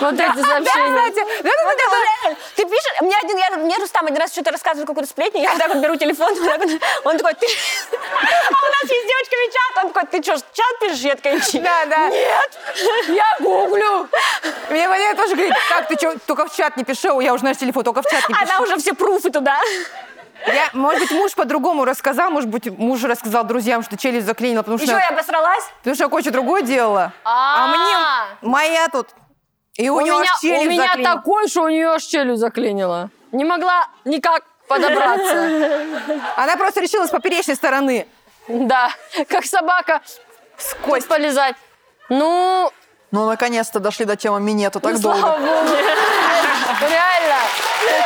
S1: Вот эти сообщения.
S3: Знаете, да, да, да, да.
S2: Ты пишешь, мне, один, я, мне Рустам один раз что-то рассказывает какую-то сплетню, я вот так вот беру телефон, вот так вот. он такой, ты... А у нас есть с девочками чат, он такой, ты что, чат пишешь? Я такая, «Нет».
S3: Да, да.
S2: Нет,
S3: Я гуглю. Мне Валера тоже говорит, так, ты что, только в чат не пиши, О, я уже наш телефон, только в чат не пиши.
S2: она уже все пруфы туда.
S3: Я, может быть, муж по-другому рассказал, может быть, муж рассказал друзьям, что челюсть заклинила, потому
S2: Еще
S3: что,
S2: я обосралась.
S3: потому что я кое-что другое делала. А
S1: А.
S3: мне моя тут. И у,
S1: У
S3: него аж
S1: меня, у
S3: челюсть
S1: меня
S3: заклинила.
S1: такой, что у нее аж челюсть заклинила. Не могла никак подобраться.
S3: Она просто решила с поперечной стороны.
S1: Да, как собака. Сквозь. Полезать. Ну,
S4: Ну, наконец-то дошли до темы минета так
S1: ну,
S4: долго.
S1: слава богу. Реально.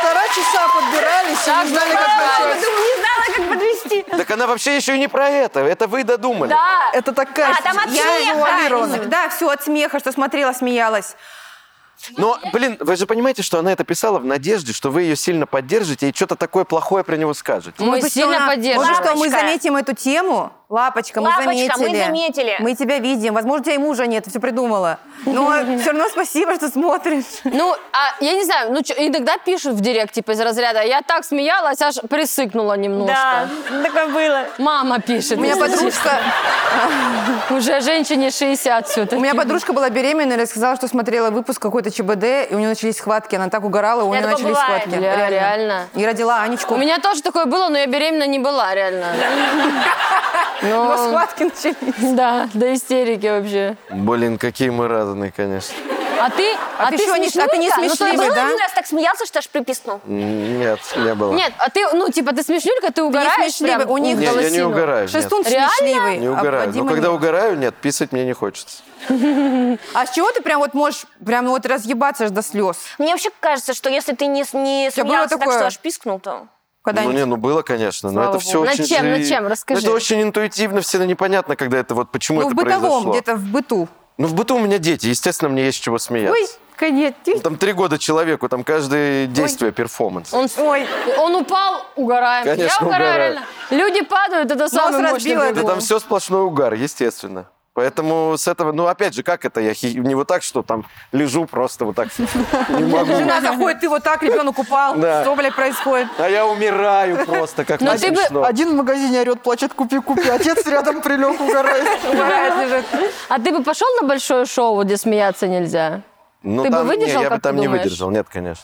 S4: Полтора часа подбирались и
S1: Так
S4: не знали, как
S1: здорово.
S4: начать.
S2: Я думаю, не знала, как подвести.
S5: Так она вообще еще и не про это, это вы додумали.
S1: Да.
S4: Это такая...
S2: А, там от смеха.
S4: завуалированная.
S3: Да, да, все от смеха, что смотрела, смеялась.
S5: Но, блин, вы же понимаете, что она это писала в надежде, что вы ее сильно поддержите и что-то такое плохое про него скажете.
S1: Мы
S3: Может быть,
S1: сильно
S3: что она-
S1: поддерживаем.
S3: Может, что мы
S2: Лапочка.
S3: заметим эту тему? Лапочка, мы
S2: Лапочка, мы
S3: заметили.
S2: заметили.
S3: Мы тебя видим. Возможно, у тебя и мужа нет, ты все придумала. Но все равно спасибо, что смотришь.
S1: Ну, а я не знаю, ну чё, иногда пишут в директ, типа, из разряда, я так смеялась, аж присыкнула
S2: Да,
S3: Ну
S1: немножко.
S2: такое было.
S1: Мама пишет.
S3: У меня
S1: если честно.
S3: подружка,
S1: Уже женщине 60 все
S3: у меня подружка была беременна и рассказала, что смотрела выпуск какой-то ЧБД, и у нее начались схватки. Она так угорала, у нее
S2: такое
S3: начались
S2: бывает.
S3: схватки.
S1: Бля, реально.
S3: И родила Анечку.
S1: У меня тоже такое было, но я беременна не была, реально. Ну,
S3: Но схватки начались.
S1: Да, до истерики вообще.
S5: Блин, какие мы разные, конечно.
S1: А ты, а,
S3: ты чё, не- а ты не
S1: смешнюлька? Ну,
S2: Ты
S3: Время,
S2: был
S3: да?
S2: один раз так смеялся, что аж приписнул.
S5: Нет, не было.
S1: Нет, а ты, ну, типа, ты смешнюлька, ты угораешь
S3: смешливый,
S1: прям
S3: у них
S5: Не, я не
S1: голосину.
S5: угораю, нет.
S3: Шестун
S1: Реально?
S3: смешливый.
S5: Не
S3: а
S5: угораю.
S3: Вадима
S5: Но когда
S3: нет.
S5: угораю, нет, писать мне не хочется.
S3: А с чего ты прям вот можешь прям вот разъебаться аж до слез?
S2: Мне вообще кажется, что если ты не, не
S3: тебя было
S2: смеялся так,
S3: такое?
S2: что аж пискнул, то...
S5: Ну,
S3: Когда-нибудь?
S5: не, ну было, конечно, но
S1: Слава
S5: это все
S1: богу.
S5: очень...
S1: Над чем,
S5: же-
S1: над чем? Расскажи.
S5: Ну, Это очень интуитивно, всегда непонятно, когда это вот, почему
S3: ну, в
S5: это
S3: бытовом,
S5: произошло.
S3: где-то в быту.
S5: Ну, в быту у меня дети, естественно, мне есть чего смеяться.
S3: конец.
S5: Ну, Там три года человеку, там каждое действие перформанс.
S1: Он, с- он упал, угораем.
S5: Конечно,
S1: я угораю,
S5: угораю.
S1: реально. Люди падают, это самое мощное.
S3: разбила
S5: Да
S1: движение.
S5: там все сплошной угар, естественно. Поэтому с этого, ну опять же, как это я хи- не вот так, что там лежу просто вот так, не могу.
S3: Жена заходит, ты вот так, ребенок упал.
S5: Ну. Да.
S3: Что, блядь, происходит?
S5: А я умираю просто, как
S1: Но
S5: мне
S1: ты бы-
S5: смешно.
S4: Один в магазине орет, плачет, купи, купи. Отец рядом прилег, угорает.
S3: Угорает, лежит.
S1: А ты бы пошел на большое шоу, где смеяться нельзя?
S5: Ну,
S1: ты бы
S5: там- не,
S1: выдержал,
S5: Я бы
S1: как ты
S5: там не
S1: думаешь?
S5: выдержал, нет, конечно.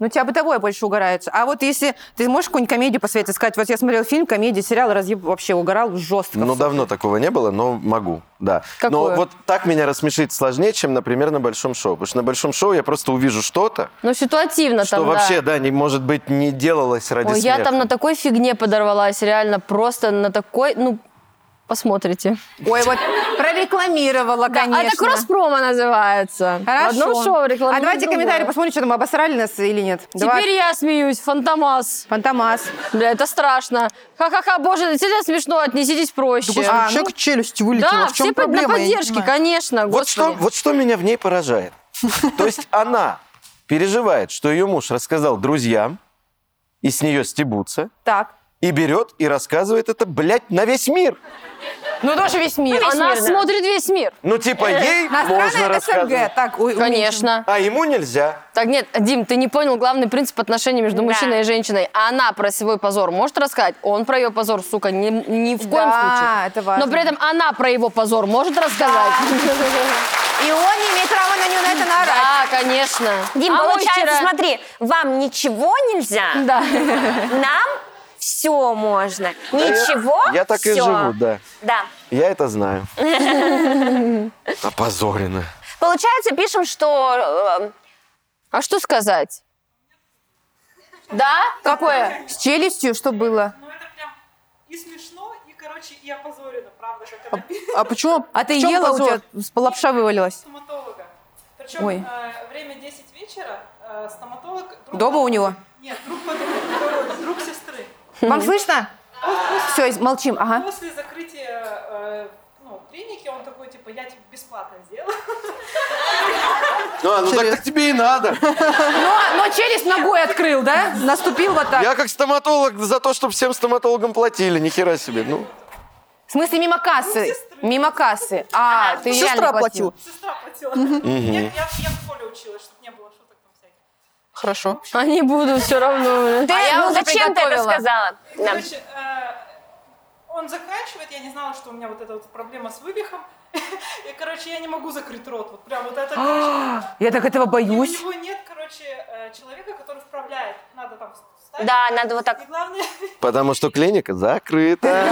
S3: Ну, тебя бытовое больше угорается. А вот если ты можешь какую-нибудь комедию посоветовать, сказать, вот я смотрел фильм, комедия, сериал, разъеб вообще угорал жестко.
S5: Ну, давно такого не было, но могу, да.
S1: Какое?
S5: Но вот так меня рассмешить сложнее, чем, например, на большом шоу. Потому что на большом шоу я просто увижу что-то,
S1: Ну, ситуативно
S5: что
S1: там,
S5: вообще,
S1: да.
S5: да, не, может быть, не делалось ради
S1: Ой, я
S5: смеха.
S1: там на такой фигне подорвалась, реально, просто на такой, ну, посмотрите.
S3: Ой, вот прорекламировала, конечно.
S1: А это кросс-промо называется.
S3: Хорошо.
S1: В одном шоу рекламируют
S3: А давайте
S1: другое.
S3: комментарии посмотрим, что там, обосрали нас или нет.
S1: Теперь я смеюсь, фантомас.
S3: Фантомас.
S1: Бля, это страшно. Ха-ха-ха, боже, действительно смешно, отнеситесь проще. ну
S4: Господи,
S3: А,
S4: у человека челюсть вылетела.
S1: да,
S4: в чем
S1: все под- на
S4: проблема? Я не
S1: поддержке,
S4: понимаю.
S1: конечно.
S5: Вот что,
S1: господи.
S5: вот что меня в ней поражает. То есть она переживает, что ее муж рассказал друзьям, и с нее стебутся,
S3: Так.
S5: и берет и рассказывает это, блядь, на весь мир.
S3: Ну, тоже весь мир.
S1: Она
S2: мир, да.
S1: смотрит весь мир.
S5: Ну, типа, ей можно
S3: Страны
S5: рассказывать.
S3: СНГ. Так, ой, уменьшим.
S1: Конечно.
S5: А ему нельзя.
S1: Так, нет, Дим, ты не понял главный принцип отношений между
S2: Да.
S1: мужчиной и женщиной. А Она про свой позор может рассказать, он про ее позор, сука, ни, ни в коем
S3: Да,
S1: случае.
S3: это важно.
S1: Но при этом она про его позор может рассказать.
S3: И он не имеет права на нее на ну это наорать.
S1: Да, конечно.
S2: Дим,
S1: А мы
S2: получается,
S1: вчера-
S2: смотри, вам ничего нельзя,
S1: Да.
S2: нам все можно. Ничего,
S5: я так и
S2: всё.
S5: живу, да.
S2: Да.
S5: Я это знаю. Опозорено.
S2: Получается, пишем, что... э,
S1: А что сказать? Да? Какое?
S3: С челюстью что было?
S7: Ну это прям и смешно, и, короче, и опозорено, правда, как она пишет
S4: А почему?
S3: А ты
S4: в чем
S3: ела, у
S4: позор?
S3: тебя с- лапша вывалилась.
S7: стоматолога. Причем
S3: Ой.
S7: э, время 10 вечера, э, стоматолог... друг
S3: Дома у него.
S7: Нет, друг подруги, друг сестры.
S3: Вам слышно? Все, молчим. Ага.
S7: После закрытия э, ну, клиники он такой, типа, я тебе бесплатно сделаю.
S5: А, ну так тебе и надо.
S3: Но, но челюсть ногой открыл, да? Наступил вот так.
S5: Я как стоматолог за то, чтобы всем стоматологам платили, ни хера себе. Ну,
S3: В смысле, мимо кассы. Мимо кассы. А, ты
S4: Сестра
S3: реально платил.
S4: оплатила.
S7: Сестра платила. Нет, я, я в школе училась, чтобы не было шуток там всяких.
S4: Хорошо.
S1: Они будут все равно.
S2: Ты,
S1: а я
S2: ну
S1: уже
S2: зачем ты это
S1: приготовила.
S2: сказала? Да.
S7: Короче, э, он заканчивает, я не знала, что у меня вот эта вот проблема с вывихом. И, короче, я не могу закрыть рот. Вот прям вот это, короче,
S3: Я так этого
S7: и у
S3: боюсь.
S7: него нет, короче, э, человека, который вправляет. Надо там встать.
S2: Да, надо вот так.
S7: И главное,
S5: потому что клиника закрыта.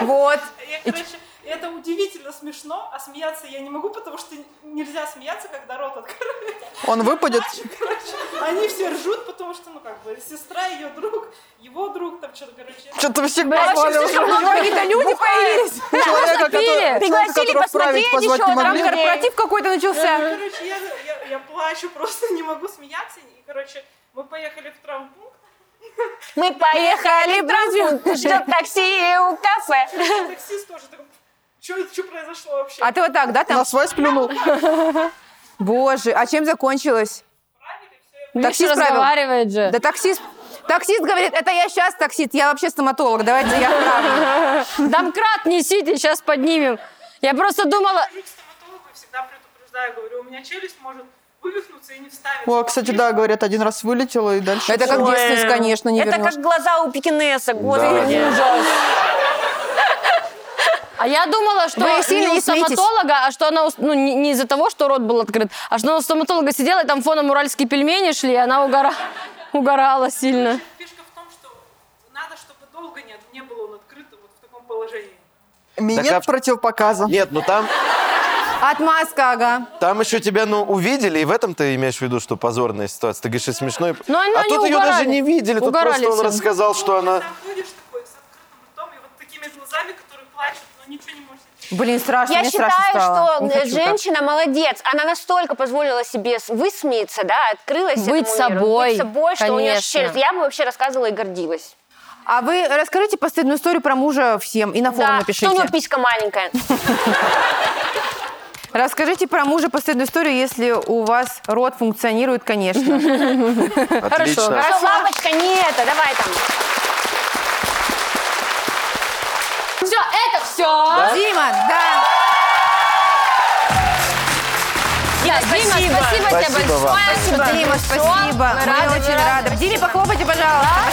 S3: Вот.
S7: я, короче, это удивительно смешно, а смеяться я не могу, потому что нельзя смеяться, когда рот открыт.
S4: Он выпадет.
S7: Короче, они все ржут, потому что, ну, как бы, сестра, ее друг, его друг, там что-то, короче.
S4: Что-то всегда сваливаешь.
S3: Какие-то люди появились.
S4: Человека, который,
S2: Пригласили
S4: которого вправить,
S2: посмотреть
S4: позвать
S2: еще,
S4: не
S2: там
S4: могли.
S2: кор-
S3: Корпоратив какой-то начался.
S7: Короче, я, я- я плачу, просто не могу смеяться. И, короче, мы поехали в травмпункт.
S2: Мы поехали в транспорт, ждет такси у кафе.
S7: Таксист тоже такой, что произошло вообще?
S3: А ты вот так, да, там?
S4: На свай сплюнул.
S3: Боже, а чем закончилось?
S7: Правильно, все,
S1: Такси
S7: я
S3: Таксист правил?
S1: разговаривает же.
S3: Да таксист... Таксист говорит, это я сейчас таксист, я вообще стоматолог, давайте я отправлю».
S1: Домкрат несите, сейчас поднимем. Я просто думала,
S7: хожу к стоматологу и всегда предупреждаю, говорю, у меня челюсть может вывихнуться и не вставиться.
S4: О, кстати, да, говорят, один раз вылетело и дальше.
S3: Это как
S4: всё.
S3: детство, конечно, не
S2: Это
S3: вернешь.
S2: как глаза у пекинеса, господи.
S5: Да.
S1: а я думала, что
S3: Вы сильно
S1: не
S3: не
S1: у
S3: смейтесь.
S1: стоматолога, а что она, у с- ну, не, не из-за того, что рот был открыт, а что она у стоматолога сидела, и там фоном уральские пельмени шли, и она угора- угорала сильно.
S7: Фишка в том, что надо, чтобы долго не, не был он открыт вот в таком положении.
S4: Мне
S5: Так, а-
S4: нет противопоказа.
S5: Нет, ну там,
S3: Отмазка, ага.
S5: там еще тебя, ну, увидели, и в этом ты имеешь в виду, что позорная ситуация. Ты говоришь, и смешно. и-
S1: Но они-
S5: а
S1: они
S5: тут ее
S1: угорали.
S5: даже не видели, тут
S1: Угорали
S5: просто он
S1: все.
S5: рассказал, что она...
S7: Там ходишь такой с открытым ртом и вот такими глазами, которые плачут, но ничего не можешь.
S3: Блин, страшно,
S2: Я
S3: мне
S2: считаю,
S3: страшно стало.
S2: что
S3: Не
S2: э,
S3: хочу так.
S2: женщина молодец. Она настолько позволила себе с- высмеяться, да, открылась
S1: Быть
S2: этому миру,
S1: собой,
S2: Быть собой, что у нее
S1: конечно.
S2: челюсть. Я бы вообще рассказывала и гордилась.
S3: А вы расскажите постыдную историю про мужа всем и на форум
S2: да,
S3: напишите.
S2: что у него писька маленькая.
S3: Расскажите про мужа постыдную историю, если у вас рот функционирует, конечно.
S5: Отлично.
S2: Хорошо, лапочка, не это, давай там.
S1: Все, это все.
S3: Дима, да.
S1: Дима, спасибо, тебе
S5: Спасибо
S1: большое.
S5: вам.
S1: Спасибо.
S3: Дима, спасибо. Мы
S1: рады,
S3: очень
S1: вы рады.
S3: рады. Диме похлопайте, пожалуйста.